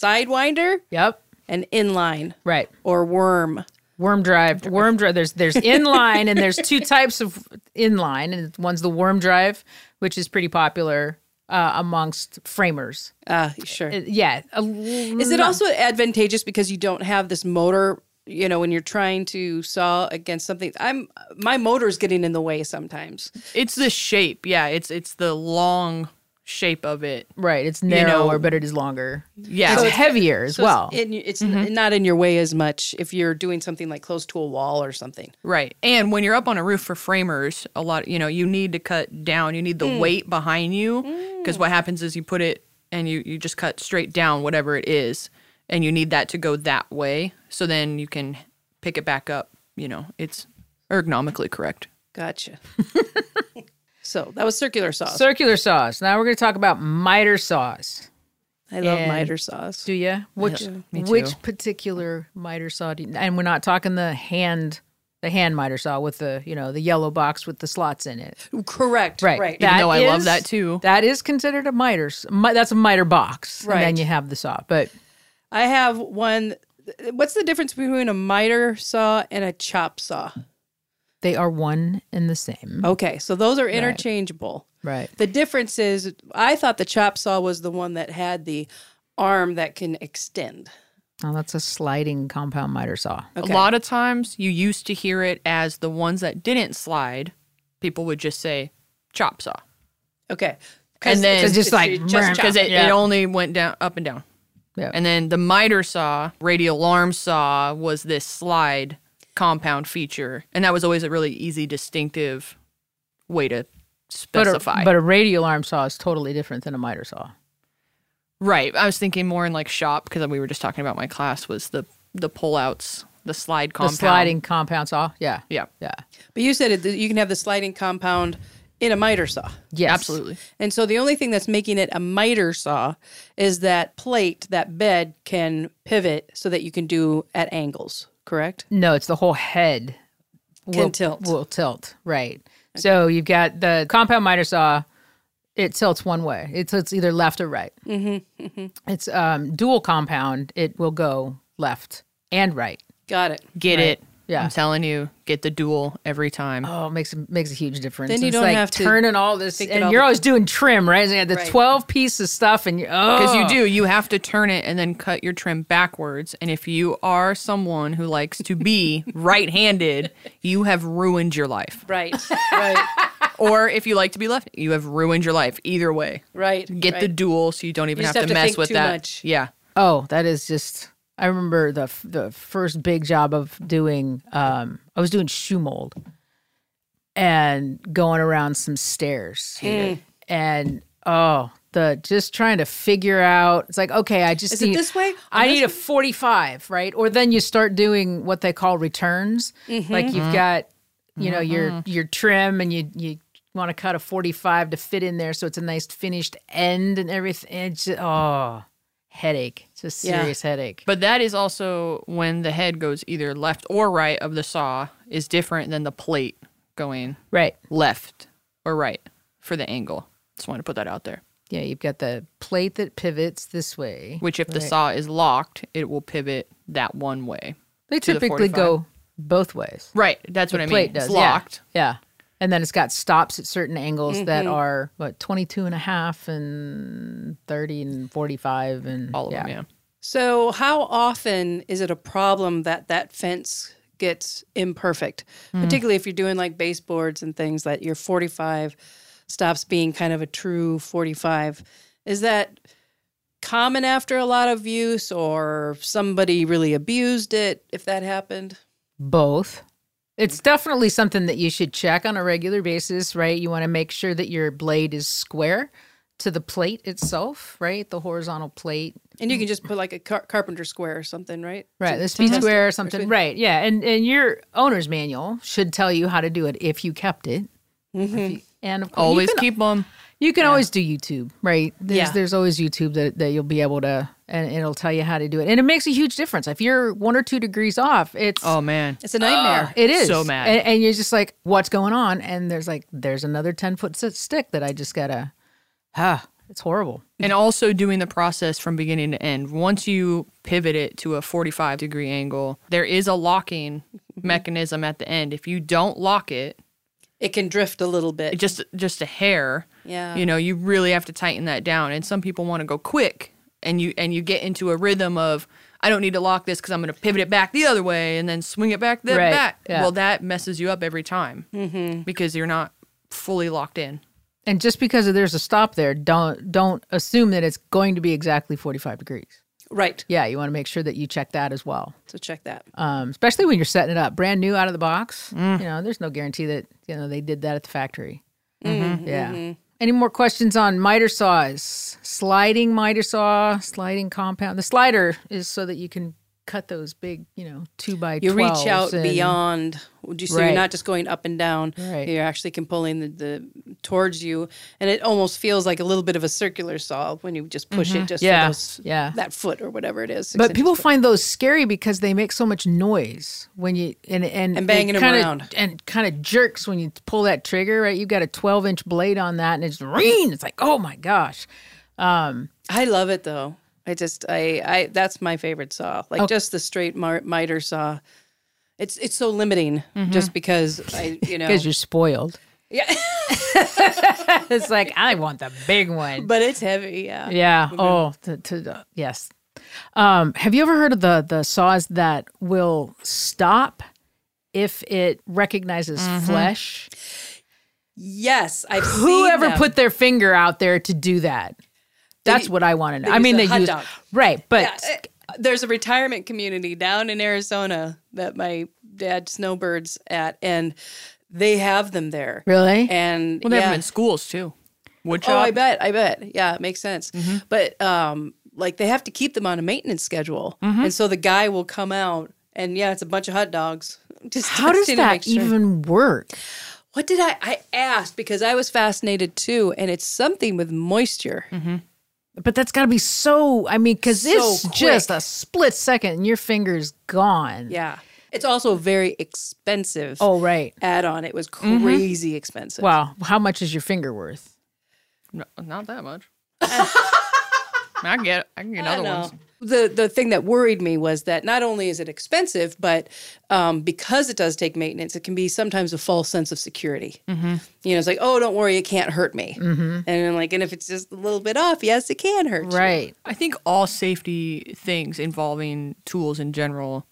[SPEAKER 2] sidewinder
[SPEAKER 1] Yep.
[SPEAKER 2] and inline
[SPEAKER 1] Right.
[SPEAKER 2] or worm.
[SPEAKER 1] Worm drive, worm drive. There's there's inline and there's two types of inline, and one's the worm drive, which is pretty popular uh, amongst framers.
[SPEAKER 2] Ah, sure.
[SPEAKER 1] Uh, Yeah, a
[SPEAKER 2] Is it also advantageous because you don't have this motor? You know, when you're trying to saw against something, I'm my motor's getting in the way sometimes.
[SPEAKER 3] It's the shape. Yeah, it's it's the long shape of it.
[SPEAKER 1] Right, it's narrower,
[SPEAKER 3] know-
[SPEAKER 1] but it is longer.
[SPEAKER 3] Yeah.
[SPEAKER 1] it's heavier as
[SPEAKER 2] So
[SPEAKER 1] well. Mm-hmm.
[SPEAKER 2] it's, in- it's n- not in your way as much if you're doing something like close to a wall or something.
[SPEAKER 3] Right. And when you're up on a roof for framers, a lot, you know, you need to cut down. You need the weight behind you because what happens is you put it and you, you just cut straight down whatever it is. And you need that to go that way. So then you can pick it back up. You know, it's ergonomically correct.
[SPEAKER 2] Gotcha. so that was circular saws.
[SPEAKER 1] Circular saws. Now we're going to talk about miter saws.
[SPEAKER 2] I love
[SPEAKER 1] and-
[SPEAKER 2] miter saws.
[SPEAKER 1] Do you? Which
[SPEAKER 3] me too.
[SPEAKER 1] which particular miter saw? Do you, and we're not talking the hand, the hand miter saw with the you know the yellow box with the slots in it.
[SPEAKER 2] Correct.
[SPEAKER 1] Right.
[SPEAKER 2] Right.
[SPEAKER 3] Even though I love that too.
[SPEAKER 1] That is considered a miter. s- mi- That's a miter box. And
[SPEAKER 2] Right.
[SPEAKER 1] then you have the saw. But
[SPEAKER 2] I have one. What's the difference between a miter saw and a chop saw?
[SPEAKER 1] they are one and the same.
[SPEAKER 2] Okay, so those are interchangeable.
[SPEAKER 1] Right.
[SPEAKER 2] The difference is, I thought the chop saw was the one that had the arm that can extend.
[SPEAKER 1] Now that's a sliding compound miter saw.
[SPEAKER 2] Okay.
[SPEAKER 3] A lot of times you used to hear it as the ones that didn't slide, people would just say chop saw.
[SPEAKER 2] Okay, 'Cause
[SPEAKER 3] And then
[SPEAKER 1] it's just like-
[SPEAKER 2] chop.
[SPEAKER 3] because it,
[SPEAKER 1] Yeah.
[SPEAKER 3] it only went down up and down.
[SPEAKER 1] Yeah.
[SPEAKER 3] And then the miter saw, radial arm saw, was this slide compound feature, and that was always a really easy, distinctive way to
[SPEAKER 1] But a,
[SPEAKER 3] specify.
[SPEAKER 1] but a radial arm saw is totally different than a miter saw.
[SPEAKER 3] right, I was thinking more in like shop because we were just talking about my class was the the pullouts, the slide compound,
[SPEAKER 1] The sliding compound saw. Yeah.
[SPEAKER 3] Yeah,
[SPEAKER 1] Yeah.
[SPEAKER 2] but you said it, that you can have the sliding compound in a miter saw,
[SPEAKER 1] Yes.
[SPEAKER 3] absolutely.
[SPEAKER 2] and so the only thing that's making it a miter saw is that plate, that bed can pivot so that you can do at angles. Correct.
[SPEAKER 1] No, it's the whole head
[SPEAKER 2] Can tilt.
[SPEAKER 1] Will tilt, right. So you've got the compound miter saw. It tilts one way. It tilts either left or right. Mm-hmm, It's um, dual compound. It will go left and right.
[SPEAKER 2] Got it.
[SPEAKER 3] Get it?
[SPEAKER 1] Yeah.
[SPEAKER 3] I'm telling you, get the dual every time.
[SPEAKER 1] Oh, it makes a- makes a huge difference.
[SPEAKER 2] Then you
[SPEAKER 1] it's
[SPEAKER 2] don't
[SPEAKER 1] like
[SPEAKER 2] have to
[SPEAKER 1] turning all this,
[SPEAKER 2] pick it
[SPEAKER 1] and
[SPEAKER 2] all
[SPEAKER 1] you're
[SPEAKER 2] up.
[SPEAKER 1] always doing trim, right? You got the
[SPEAKER 2] Right.
[SPEAKER 1] twelve piece of stuff, and you oh,
[SPEAKER 3] Because you do, you have to turn it and then cut your trim backwards. And if you are someone who likes to be right handed, you have ruined your life.
[SPEAKER 2] Right. right.
[SPEAKER 3] Or if you like to be left, you have ruined your life. Either way,
[SPEAKER 2] Right.
[SPEAKER 3] get the
[SPEAKER 2] right.
[SPEAKER 3] dual so you don't even
[SPEAKER 2] You
[SPEAKER 3] have,
[SPEAKER 2] just have
[SPEAKER 3] to
[SPEAKER 2] to
[SPEAKER 3] mess
[SPEAKER 2] think
[SPEAKER 3] with
[SPEAKER 2] too
[SPEAKER 3] that.
[SPEAKER 2] much.
[SPEAKER 3] Yeah.
[SPEAKER 1] Oh, that is just. I remember the f- the first big job of doing. Um, I was doing shoe mold, and going around some stairs, and oh, the just trying to figure out. It's like okay, I just
[SPEAKER 2] Is
[SPEAKER 1] need
[SPEAKER 2] it this way?
[SPEAKER 1] I need a 45, right? Or then you start doing what they call returns.
[SPEAKER 3] Mm-hmm.
[SPEAKER 1] Like you've got, you know, your your trim and you you want to cut a 45 to fit in there so it's a nice finished end and everything. It's just, oh, headache. It's a
[SPEAKER 2] Yeah.
[SPEAKER 1] serious headache.
[SPEAKER 3] But that is also when the head goes either left or right of the saw is different than the plate going
[SPEAKER 1] Right.
[SPEAKER 3] left or right for the angle. Just wanted to put that out there.
[SPEAKER 1] Yeah, you've got the plate that pivots this way.
[SPEAKER 3] Which, if the saw is locked, it will pivot that one way.
[SPEAKER 1] They
[SPEAKER 3] to the
[SPEAKER 1] typically
[SPEAKER 3] 45.
[SPEAKER 1] go both ways.
[SPEAKER 3] Right. That's what I mean.
[SPEAKER 1] plate does
[SPEAKER 3] it's locked. Mm-hmm.
[SPEAKER 1] Yeah. yeah. And then it's got stops at certain angles that are what 22 and a half and 30 and 45 and
[SPEAKER 3] All of them. Yeah.
[SPEAKER 2] So, how often is it a problem that that fence gets imperfect, particularly if you're doing like baseboards and things that your 45 stops being kind of a true 45? Is that common after a lot of use or somebody really abused it if that happened?
[SPEAKER 1] both. It's definitely something that you should check on a regular basis, right? You want to make sure that your blade is square to the plate itself, right? The horizontal plate.
[SPEAKER 2] And you can just put like a car- carpenter square or something, right?
[SPEAKER 1] Right, the speed square or something. Right, yeah. And and your owner's manual should tell you how to do it if you kept it. If you- and of course,
[SPEAKER 3] Mm-hmm. Always
[SPEAKER 1] you can,
[SPEAKER 3] keep them.
[SPEAKER 1] you can always do YouTube, right? There's,
[SPEAKER 3] Yeah.
[SPEAKER 1] there's always YouTube that, that you'll be able to, and it'll tell you how to do it. And it makes a huge difference. If you're one or two degrees off, it's
[SPEAKER 3] Oh man.
[SPEAKER 2] It's a nightmare.
[SPEAKER 1] it is
[SPEAKER 3] So mad.
[SPEAKER 1] and, and you're just like, "What's going on?" And there's like, "There's another ten foot stick that I just gotta." Ah, it's horrible.
[SPEAKER 3] and also doing the process from beginning to end. Once you pivot it to a 45 degree angle, there is a locking
[SPEAKER 1] Mm-hmm.
[SPEAKER 3] mechanism at the end. If you don't lock it,
[SPEAKER 2] it can drift a little bit.
[SPEAKER 3] just just a hair,
[SPEAKER 2] Yeah.
[SPEAKER 3] you know, you really have to tighten that down. And some people want to go quick, and you and you get into a rhythm of I don't need to lock this because I'm going to pivot it back the other way and then swing it back the
[SPEAKER 1] Right,
[SPEAKER 3] back.
[SPEAKER 1] yeah.
[SPEAKER 3] Well, that messes you up every time
[SPEAKER 2] Mm-hmm.
[SPEAKER 3] because you're not fully locked in.
[SPEAKER 1] And just because there's a stop there, don't don't assume that it's going to be exactly 45 degrees.
[SPEAKER 2] right.
[SPEAKER 1] Yeah, you want to make sure that you check that as well,
[SPEAKER 2] So check that.
[SPEAKER 1] um, especially when you're setting it up brand new out of the box. You know, there's no guarantee that you know they did that at the factory.
[SPEAKER 2] Mm-hmm.
[SPEAKER 1] Yeah. Any more questions on miter saws? Sliding miter saw, sliding compound. The slider is so that you can cut those big, you know, two by
[SPEAKER 2] You reach
[SPEAKER 1] 12s
[SPEAKER 2] out
[SPEAKER 1] and-
[SPEAKER 2] beyond. Would you so
[SPEAKER 1] Right.
[SPEAKER 2] you're not just going up and down?
[SPEAKER 1] Right.
[SPEAKER 2] You're actually can pulling the, the towards you, and it almost feels like a little bit of a circular saw when you just push it just
[SPEAKER 3] Yeah.
[SPEAKER 2] for those,
[SPEAKER 1] Mm-hmm. Yeah.
[SPEAKER 2] that foot or whatever it is. six
[SPEAKER 1] But
[SPEAKER 2] inches.
[SPEAKER 1] people find those scary because they make so much noise when you and and,
[SPEAKER 2] And
[SPEAKER 1] it
[SPEAKER 2] banging 'em
[SPEAKER 1] kinda,
[SPEAKER 2] around.
[SPEAKER 1] and kind of jerks when you pull that trigger. Right, you've got a twelve inch blade on that, and it's ring. It's like, oh my gosh,
[SPEAKER 2] I love it though. I just I I that's my favorite saw.
[SPEAKER 1] Oh.
[SPEAKER 2] Like just the straight mar- miter saw. It's it's so limiting just because I you know
[SPEAKER 1] because Mm-hmm. you're spoiled.
[SPEAKER 2] yeah.
[SPEAKER 1] It's like I want the big one.
[SPEAKER 2] but it's heavy. Yeah.
[SPEAKER 1] Yeah. Oh, to, to, uh, yes. Um, have you ever heard of the the saws that will stop if it recognizes flesh?
[SPEAKER 2] Yes, I've
[SPEAKER 1] Whoever
[SPEAKER 2] Mm-hmm. seen them.
[SPEAKER 1] put their finger out there to do that. That's what I want to know. I
[SPEAKER 2] use
[SPEAKER 1] mean,
[SPEAKER 2] the
[SPEAKER 1] they
[SPEAKER 2] hot
[SPEAKER 1] use
[SPEAKER 2] dog.
[SPEAKER 1] right, but
[SPEAKER 2] Uh, there's a retirement community down in Arizona that my dad snowbirds at, and they have them there.
[SPEAKER 1] Really?
[SPEAKER 2] And
[SPEAKER 3] Well, they have
[SPEAKER 2] yeah.
[SPEAKER 3] them in schools too. Woodshop.
[SPEAKER 2] oh, I bet, I bet. Yeah, it makes sense.
[SPEAKER 1] Mm-hmm.
[SPEAKER 2] But um, like they have to keep them on a maintenance schedule,
[SPEAKER 1] Mm-hmm.
[SPEAKER 2] and so the guy will come out, and yeah, it's a bunch of hot dogs. Just
[SPEAKER 1] how does
[SPEAKER 2] testing to
[SPEAKER 1] that
[SPEAKER 2] make sure.
[SPEAKER 1] even work?
[SPEAKER 2] What did I? I asked because I was fascinated too, and it's something with moisture.
[SPEAKER 1] Mm-hmm. But that's got to be so. I mean, because it's
[SPEAKER 2] So
[SPEAKER 1] just
[SPEAKER 2] quick.
[SPEAKER 1] a split second and your finger's gone.
[SPEAKER 2] Yeah, it's also very expensive.
[SPEAKER 1] Oh, Mm-hmm. right.
[SPEAKER 2] add on. It was crazy expensive.
[SPEAKER 1] Wow. How much is your finger worth?
[SPEAKER 3] No, not that much. I get it. I can get other ones.
[SPEAKER 2] The the thing that worried me was that not only is it expensive, but um, because it does take maintenance, it can be sometimes a false sense of security. You know, it's like, oh, don't worry, it can't hurt me. And then like, and if it's just a little bit off, yes, it can hurt. you.
[SPEAKER 1] Right.
[SPEAKER 3] I think all safety things involving tools in general,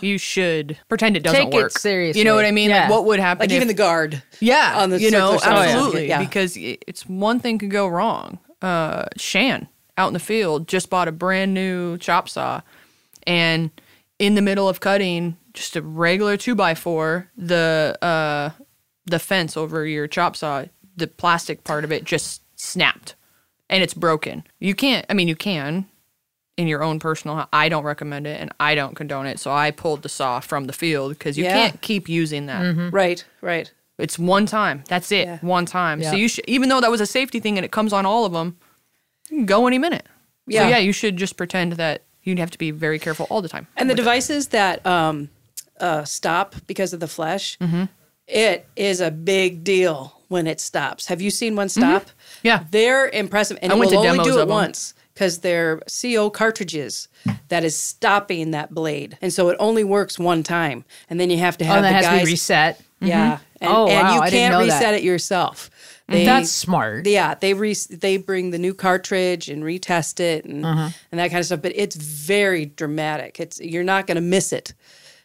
[SPEAKER 3] you should pretend it doesn't
[SPEAKER 1] Take it
[SPEAKER 3] work.
[SPEAKER 1] seriously.
[SPEAKER 3] You know what I mean?
[SPEAKER 1] Yeah.
[SPEAKER 3] Like what would happen?
[SPEAKER 2] Like
[SPEAKER 3] if-
[SPEAKER 2] even the guard.
[SPEAKER 3] yeah,
[SPEAKER 2] on the
[SPEAKER 3] you know
[SPEAKER 2] circular saw.
[SPEAKER 3] absolutely
[SPEAKER 2] Yeah.
[SPEAKER 3] because i- it's one thing could go wrong. Uh, Shan out in the field just bought a brand new chop saw, and in the middle of cutting just a regular two by four, the uh, the fence over your chop saw, the plastic part of it just snapped, and it's broken. You can't. I mean, you can in your own personal hou- I don't recommend it and I don't condone it. So I pulled the saw from the field because you
[SPEAKER 2] Yeah.
[SPEAKER 3] can't keep using that.
[SPEAKER 2] Right. Right.
[SPEAKER 3] It's one time. That's it.
[SPEAKER 2] Yeah.
[SPEAKER 3] One time.
[SPEAKER 1] Yeah.
[SPEAKER 3] So you should, even though that was a safety thing and it comes on all of them, you can go any minute. Yeah.
[SPEAKER 2] Yeah.
[SPEAKER 3] So yeah, you should just pretend that you'd have to be very careful all the time.
[SPEAKER 2] And the devices that um, uh, stop because of the flesh,
[SPEAKER 3] Mm-hmm.
[SPEAKER 2] it is a big deal when it stops. Have you seen one stop?
[SPEAKER 3] Mm-hmm. Yeah.
[SPEAKER 2] they're impressive, and
[SPEAKER 3] I
[SPEAKER 2] it
[SPEAKER 3] went
[SPEAKER 2] will
[SPEAKER 3] to
[SPEAKER 2] only
[SPEAKER 3] demos
[SPEAKER 2] do it
[SPEAKER 3] of 'em.
[SPEAKER 2] once because they're CO cartridges that is stopping that blade, and so it only works one time, and then you have to have
[SPEAKER 1] Oh, that
[SPEAKER 2] the
[SPEAKER 1] has to
[SPEAKER 2] guys
[SPEAKER 1] be reset.
[SPEAKER 2] Yeah. And,
[SPEAKER 1] Oh,
[SPEAKER 2] and
[SPEAKER 1] wow,
[SPEAKER 2] you
[SPEAKER 1] I didn't
[SPEAKER 2] can't
[SPEAKER 1] know that. Mm-hmm.
[SPEAKER 2] reset it yourself. They,
[SPEAKER 1] That's smart.
[SPEAKER 2] yeah, they re- they bring the new cartridge and retest it and
[SPEAKER 1] Mm-hmm.
[SPEAKER 2] and that kind of stuff. But it's very dramatic. It's you're not going to miss it.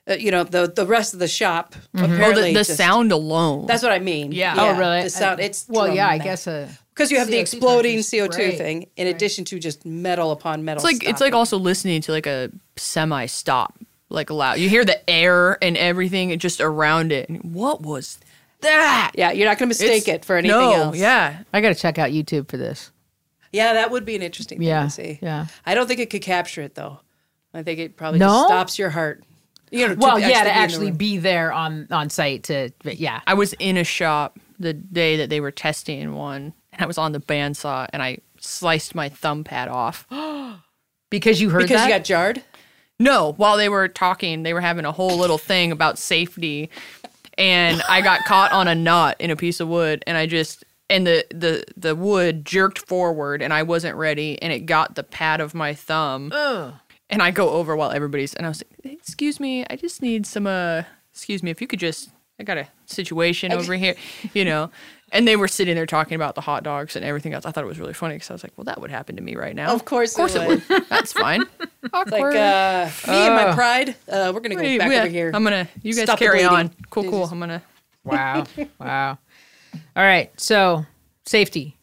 [SPEAKER 2] Uh, you know the the rest of the shop
[SPEAKER 1] Mm-hmm.
[SPEAKER 3] Oh,
[SPEAKER 2] apparently
[SPEAKER 3] the, the
[SPEAKER 2] just-
[SPEAKER 3] sound alone.
[SPEAKER 2] That's what I mean.
[SPEAKER 3] Yeah.
[SPEAKER 1] Oh, really?
[SPEAKER 2] The sound. It's
[SPEAKER 1] well, yeah, I guess a
[SPEAKER 2] because you have the
[SPEAKER 1] CO2
[SPEAKER 2] exploding
[SPEAKER 1] cartridge.
[SPEAKER 2] CO two
[SPEAKER 1] Right.
[SPEAKER 2] thing in addition to just metal upon metal.
[SPEAKER 3] it's like it's like also listening to like a semi stop, like loud. You hear the air and everything just around it. And what was that?
[SPEAKER 2] yeah, you're not going to mistake
[SPEAKER 3] It's-
[SPEAKER 2] it for anything
[SPEAKER 3] no,
[SPEAKER 2] else.
[SPEAKER 3] Yeah.
[SPEAKER 1] I got to check out YouTube for this.
[SPEAKER 2] yeah, that would be an interesting thing
[SPEAKER 1] Yeah,
[SPEAKER 2] to see.
[SPEAKER 1] yeah.
[SPEAKER 2] I don't think it could capture it though. I think it probably
[SPEAKER 1] No?
[SPEAKER 2] just stops your heart. You know, to
[SPEAKER 1] Well, yeah, to
[SPEAKER 2] be in the
[SPEAKER 1] actually
[SPEAKER 2] room.
[SPEAKER 1] be there on on site to, but yeah.
[SPEAKER 3] I was in a shop the day that they were testing one, and I was on the bandsaw, and I sliced my thumb pad off.
[SPEAKER 1] Because you heard
[SPEAKER 2] because
[SPEAKER 1] that?
[SPEAKER 2] you got jarred.
[SPEAKER 3] No, while they were talking, they were having a whole little thing about safety, and I got caught on a knot in a piece of wood, and I just and the the the wood jerked forward, and I wasn't ready, and it got the pad of my thumb, and I go over while everybody's, and I was like, "Excuse me, I just need some uh, excuse me, if you could just, I got a situation over here, you know." And they were sitting there talking about the hot dogs and everything else. I thought it was really funny because I was like, "Well, that would happen to me right now."
[SPEAKER 2] Of course,
[SPEAKER 3] of course it would. That's fine. Awkward.
[SPEAKER 2] Like uh, me and
[SPEAKER 1] Oh.
[SPEAKER 2] my pride, uh, we're gonna go
[SPEAKER 3] Wait,
[SPEAKER 2] back
[SPEAKER 3] yeah,
[SPEAKER 2] over here.
[SPEAKER 3] I'm gonna. You guys
[SPEAKER 2] Stop the
[SPEAKER 3] carry
[SPEAKER 2] bleeding.
[SPEAKER 3] on. Cool, cool. I'm gonna.
[SPEAKER 1] wow. Wow. All right. So, safety.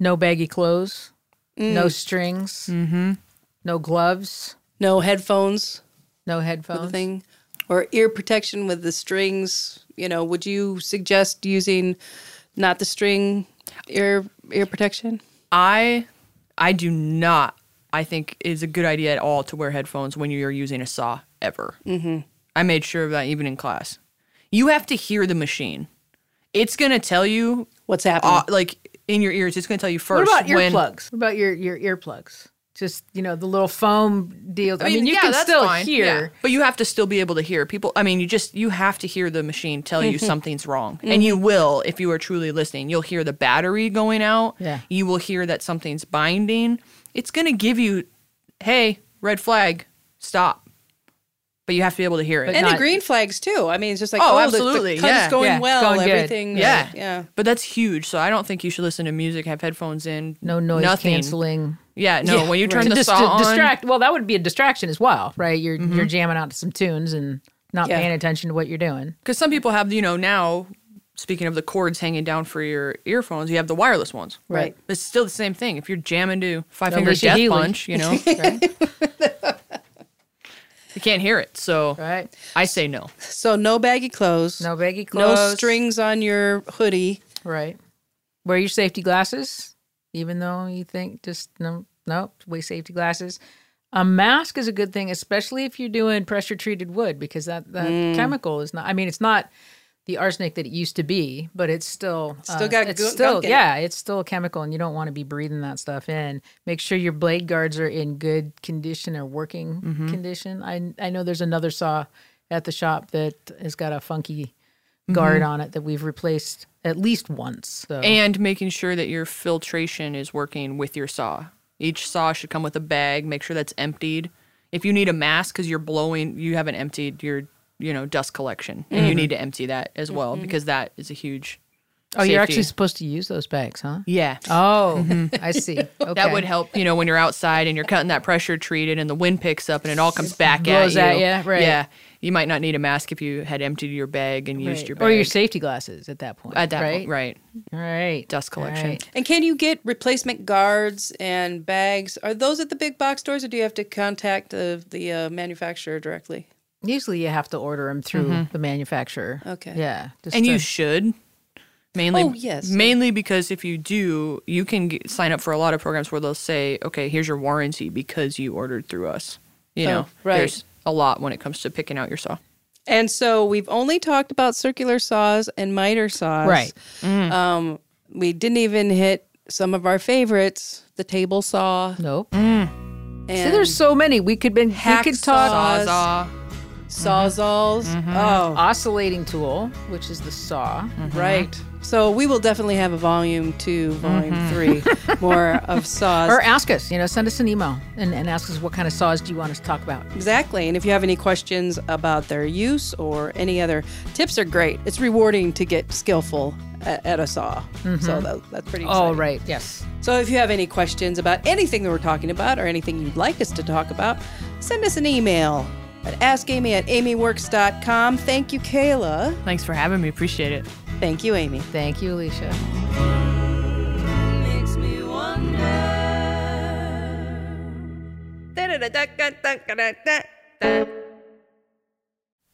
[SPEAKER 1] No baggy clothes, no strings, mm-hmm. no gloves,
[SPEAKER 2] no headphones,
[SPEAKER 1] no
[SPEAKER 2] for the
[SPEAKER 1] headphones.
[SPEAKER 2] thing, or ear protection with the strings. You know, would you suggest using not the string ear ear protection?
[SPEAKER 3] I, I do not. I think it is a good idea at all to wear headphones when you're using a saw ever. Mm-hmm. I made sure of that even in class. You have to hear the machine. It's gonna tell you,
[SPEAKER 2] What's happening?
[SPEAKER 3] uh, like in your ears. It's gonna tell you
[SPEAKER 1] What
[SPEAKER 3] first.
[SPEAKER 1] about
[SPEAKER 3] when-
[SPEAKER 1] earplugs? What about your your earplugs? Just you know the little foam deal. I mean, you
[SPEAKER 3] yeah,
[SPEAKER 1] can
[SPEAKER 3] that's
[SPEAKER 1] still
[SPEAKER 3] fine.
[SPEAKER 1] hear.
[SPEAKER 3] Yeah. but you have to still be able to hear people. I mean, you just you have to hear the machine tell
[SPEAKER 1] Mm-hmm.
[SPEAKER 3] you something's wrong, and you will if you are truly listening. You'll hear the battery going out.
[SPEAKER 1] Yeah.
[SPEAKER 3] you will hear that something's binding. It's gonna give you, hey, red flag, stop. But you have to be able to hear it.
[SPEAKER 2] and
[SPEAKER 1] not-
[SPEAKER 2] the green flags too. I mean, it's just like
[SPEAKER 3] Oh,
[SPEAKER 2] oh, absolutely,
[SPEAKER 3] absolutely,
[SPEAKER 2] the, the cut's
[SPEAKER 3] yeah.
[SPEAKER 2] going
[SPEAKER 1] Yeah, it's
[SPEAKER 2] well,
[SPEAKER 1] going good.
[SPEAKER 2] everything.
[SPEAKER 3] yeah,
[SPEAKER 2] yeah.
[SPEAKER 3] But that's huge. So I don't think you should listen to music, have headphones in,
[SPEAKER 1] No noise
[SPEAKER 3] nothing.
[SPEAKER 1] canceling.
[SPEAKER 3] Yeah, no. when you turn
[SPEAKER 1] To
[SPEAKER 3] the
[SPEAKER 1] dis- to
[SPEAKER 3] saw on,
[SPEAKER 1] distract. Well, that would be a distraction as well, right? You're you're jamming out to some tunes and not
[SPEAKER 2] Yeah.
[SPEAKER 1] paying attention to what you're doing.
[SPEAKER 3] because some people have you know now speaking of the cords hanging down for your earphones you have the wireless ones
[SPEAKER 2] Right.
[SPEAKER 3] it's still the same thing if you're jamming to five
[SPEAKER 1] Don't
[SPEAKER 3] finger
[SPEAKER 1] miss your
[SPEAKER 3] death
[SPEAKER 1] Heelys.
[SPEAKER 3] punch you know
[SPEAKER 1] Right.
[SPEAKER 3] you can't hear it so
[SPEAKER 1] right.
[SPEAKER 3] i say no
[SPEAKER 2] So no baggy clothes,
[SPEAKER 1] No baggy
[SPEAKER 2] no
[SPEAKER 1] clothes.
[SPEAKER 2] strings on your hoodie.
[SPEAKER 1] Right. Wear your safety glasses, even though you think just no, no, wear safety glasses. A mask is a good thing, especially if you're doing pressure treated wood, because that, that chemical is not. I mean, it's not the arsenic that it used to be, but it's still uh,
[SPEAKER 2] Still got
[SPEAKER 1] it's
[SPEAKER 2] gu-
[SPEAKER 1] still
[SPEAKER 2] gunk in it.
[SPEAKER 1] yeah, it's still a chemical, and you don't want to be breathing that stuff in. Make sure your blade guards are in good condition or working
[SPEAKER 3] Mm-hmm.
[SPEAKER 1] condition. I I know there's another saw at the shop that has got a funky
[SPEAKER 3] Mm-hmm.
[SPEAKER 1] guard on it that we've replaced at least once. So.
[SPEAKER 3] and making sure that your filtration is working with your saw each saw should come with a bag make sure that's emptied if you need a mask because you're blowing you haven't emptied your you know dust collection and you need to empty that as well because that is a huge
[SPEAKER 1] oh, you're
[SPEAKER 3] safety.
[SPEAKER 1] actually supposed to use those bags, huh?
[SPEAKER 3] yeah
[SPEAKER 1] Oh, I see. Okay.
[SPEAKER 3] Mm-hmm. That would help, you know, when you're outside and you're cutting that pressure treated and the wind picks up and it all comes back
[SPEAKER 1] blows
[SPEAKER 3] at
[SPEAKER 1] at
[SPEAKER 3] you.
[SPEAKER 1] ya, right.
[SPEAKER 3] Yeah. You might not need a mask if you had emptied your bag and used
[SPEAKER 1] Right.
[SPEAKER 3] your bag.
[SPEAKER 1] or your safety glasses at that point.
[SPEAKER 3] at that
[SPEAKER 1] right?
[SPEAKER 3] point, right.
[SPEAKER 1] All right.
[SPEAKER 3] Dust
[SPEAKER 1] All
[SPEAKER 3] collection.
[SPEAKER 1] right.
[SPEAKER 2] And can you get replacement guards and bags? Are those at the big box stores, or do you have to contact the the uh, manufacturer directly?
[SPEAKER 1] Usually, you have to order them through the manufacturer.
[SPEAKER 2] Okay.
[SPEAKER 1] Yeah. Just
[SPEAKER 3] Mm-hmm. And you
[SPEAKER 1] to-
[SPEAKER 3] should. Mainly,
[SPEAKER 2] Oh, yes.
[SPEAKER 3] mainly because if you do, you can get, sign up for a lot of programs where they'll say, okay, here's your warranty because you ordered through us. You
[SPEAKER 1] Oh,
[SPEAKER 3] know,
[SPEAKER 2] right.
[SPEAKER 3] there's a lot when it comes to picking out your saw.
[SPEAKER 2] And so we've only talked about circular saws and miter saws.
[SPEAKER 1] Right. Mm.
[SPEAKER 2] Um, we didn't even hit some of our favorites, the table saw.
[SPEAKER 1] nope. See,
[SPEAKER 2] And
[SPEAKER 1] there's so many. We could been we could talk
[SPEAKER 2] Hacksaw. Saws.
[SPEAKER 3] Sawzaw.
[SPEAKER 2] sawzalls.
[SPEAKER 1] Mm-hmm.
[SPEAKER 2] Oh,
[SPEAKER 1] oscillating tool, which is the saw.
[SPEAKER 2] right. So we will definitely have a volume two, volume three, more of saws.
[SPEAKER 1] Mm-hmm. Or ask us, you know, send us an email and, and ask us what kind of saws do you want us to talk about.
[SPEAKER 2] Exactly. And if you have any questions about their use or any other tips, are great. It's rewarding to get skillful at, at a saw. So that, that's pretty exciting.
[SPEAKER 1] Oh, right. Yes.
[SPEAKER 2] So if you have any questions about anything that we're talking about or anything you'd like us to talk about, send us an email at askamy at amyworks.com. Thank you, Kayla.
[SPEAKER 3] Thanks for having me. Appreciate it.
[SPEAKER 2] Thank you, Amy.
[SPEAKER 1] Thank you, Alicia.
[SPEAKER 4] makes me wonder.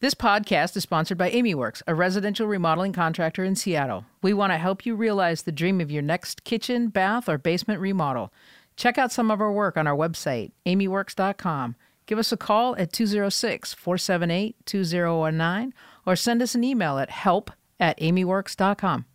[SPEAKER 1] This podcast is sponsored by AmyWorks, a residential remodeling contractor in Seattle. We want to help you realize the dream of your next kitchen, bath, or basement remodel. Check out some of our work on our website, amyworks.com. Give us a call at 206 478 2019 or send us an email at help at amyworks.com.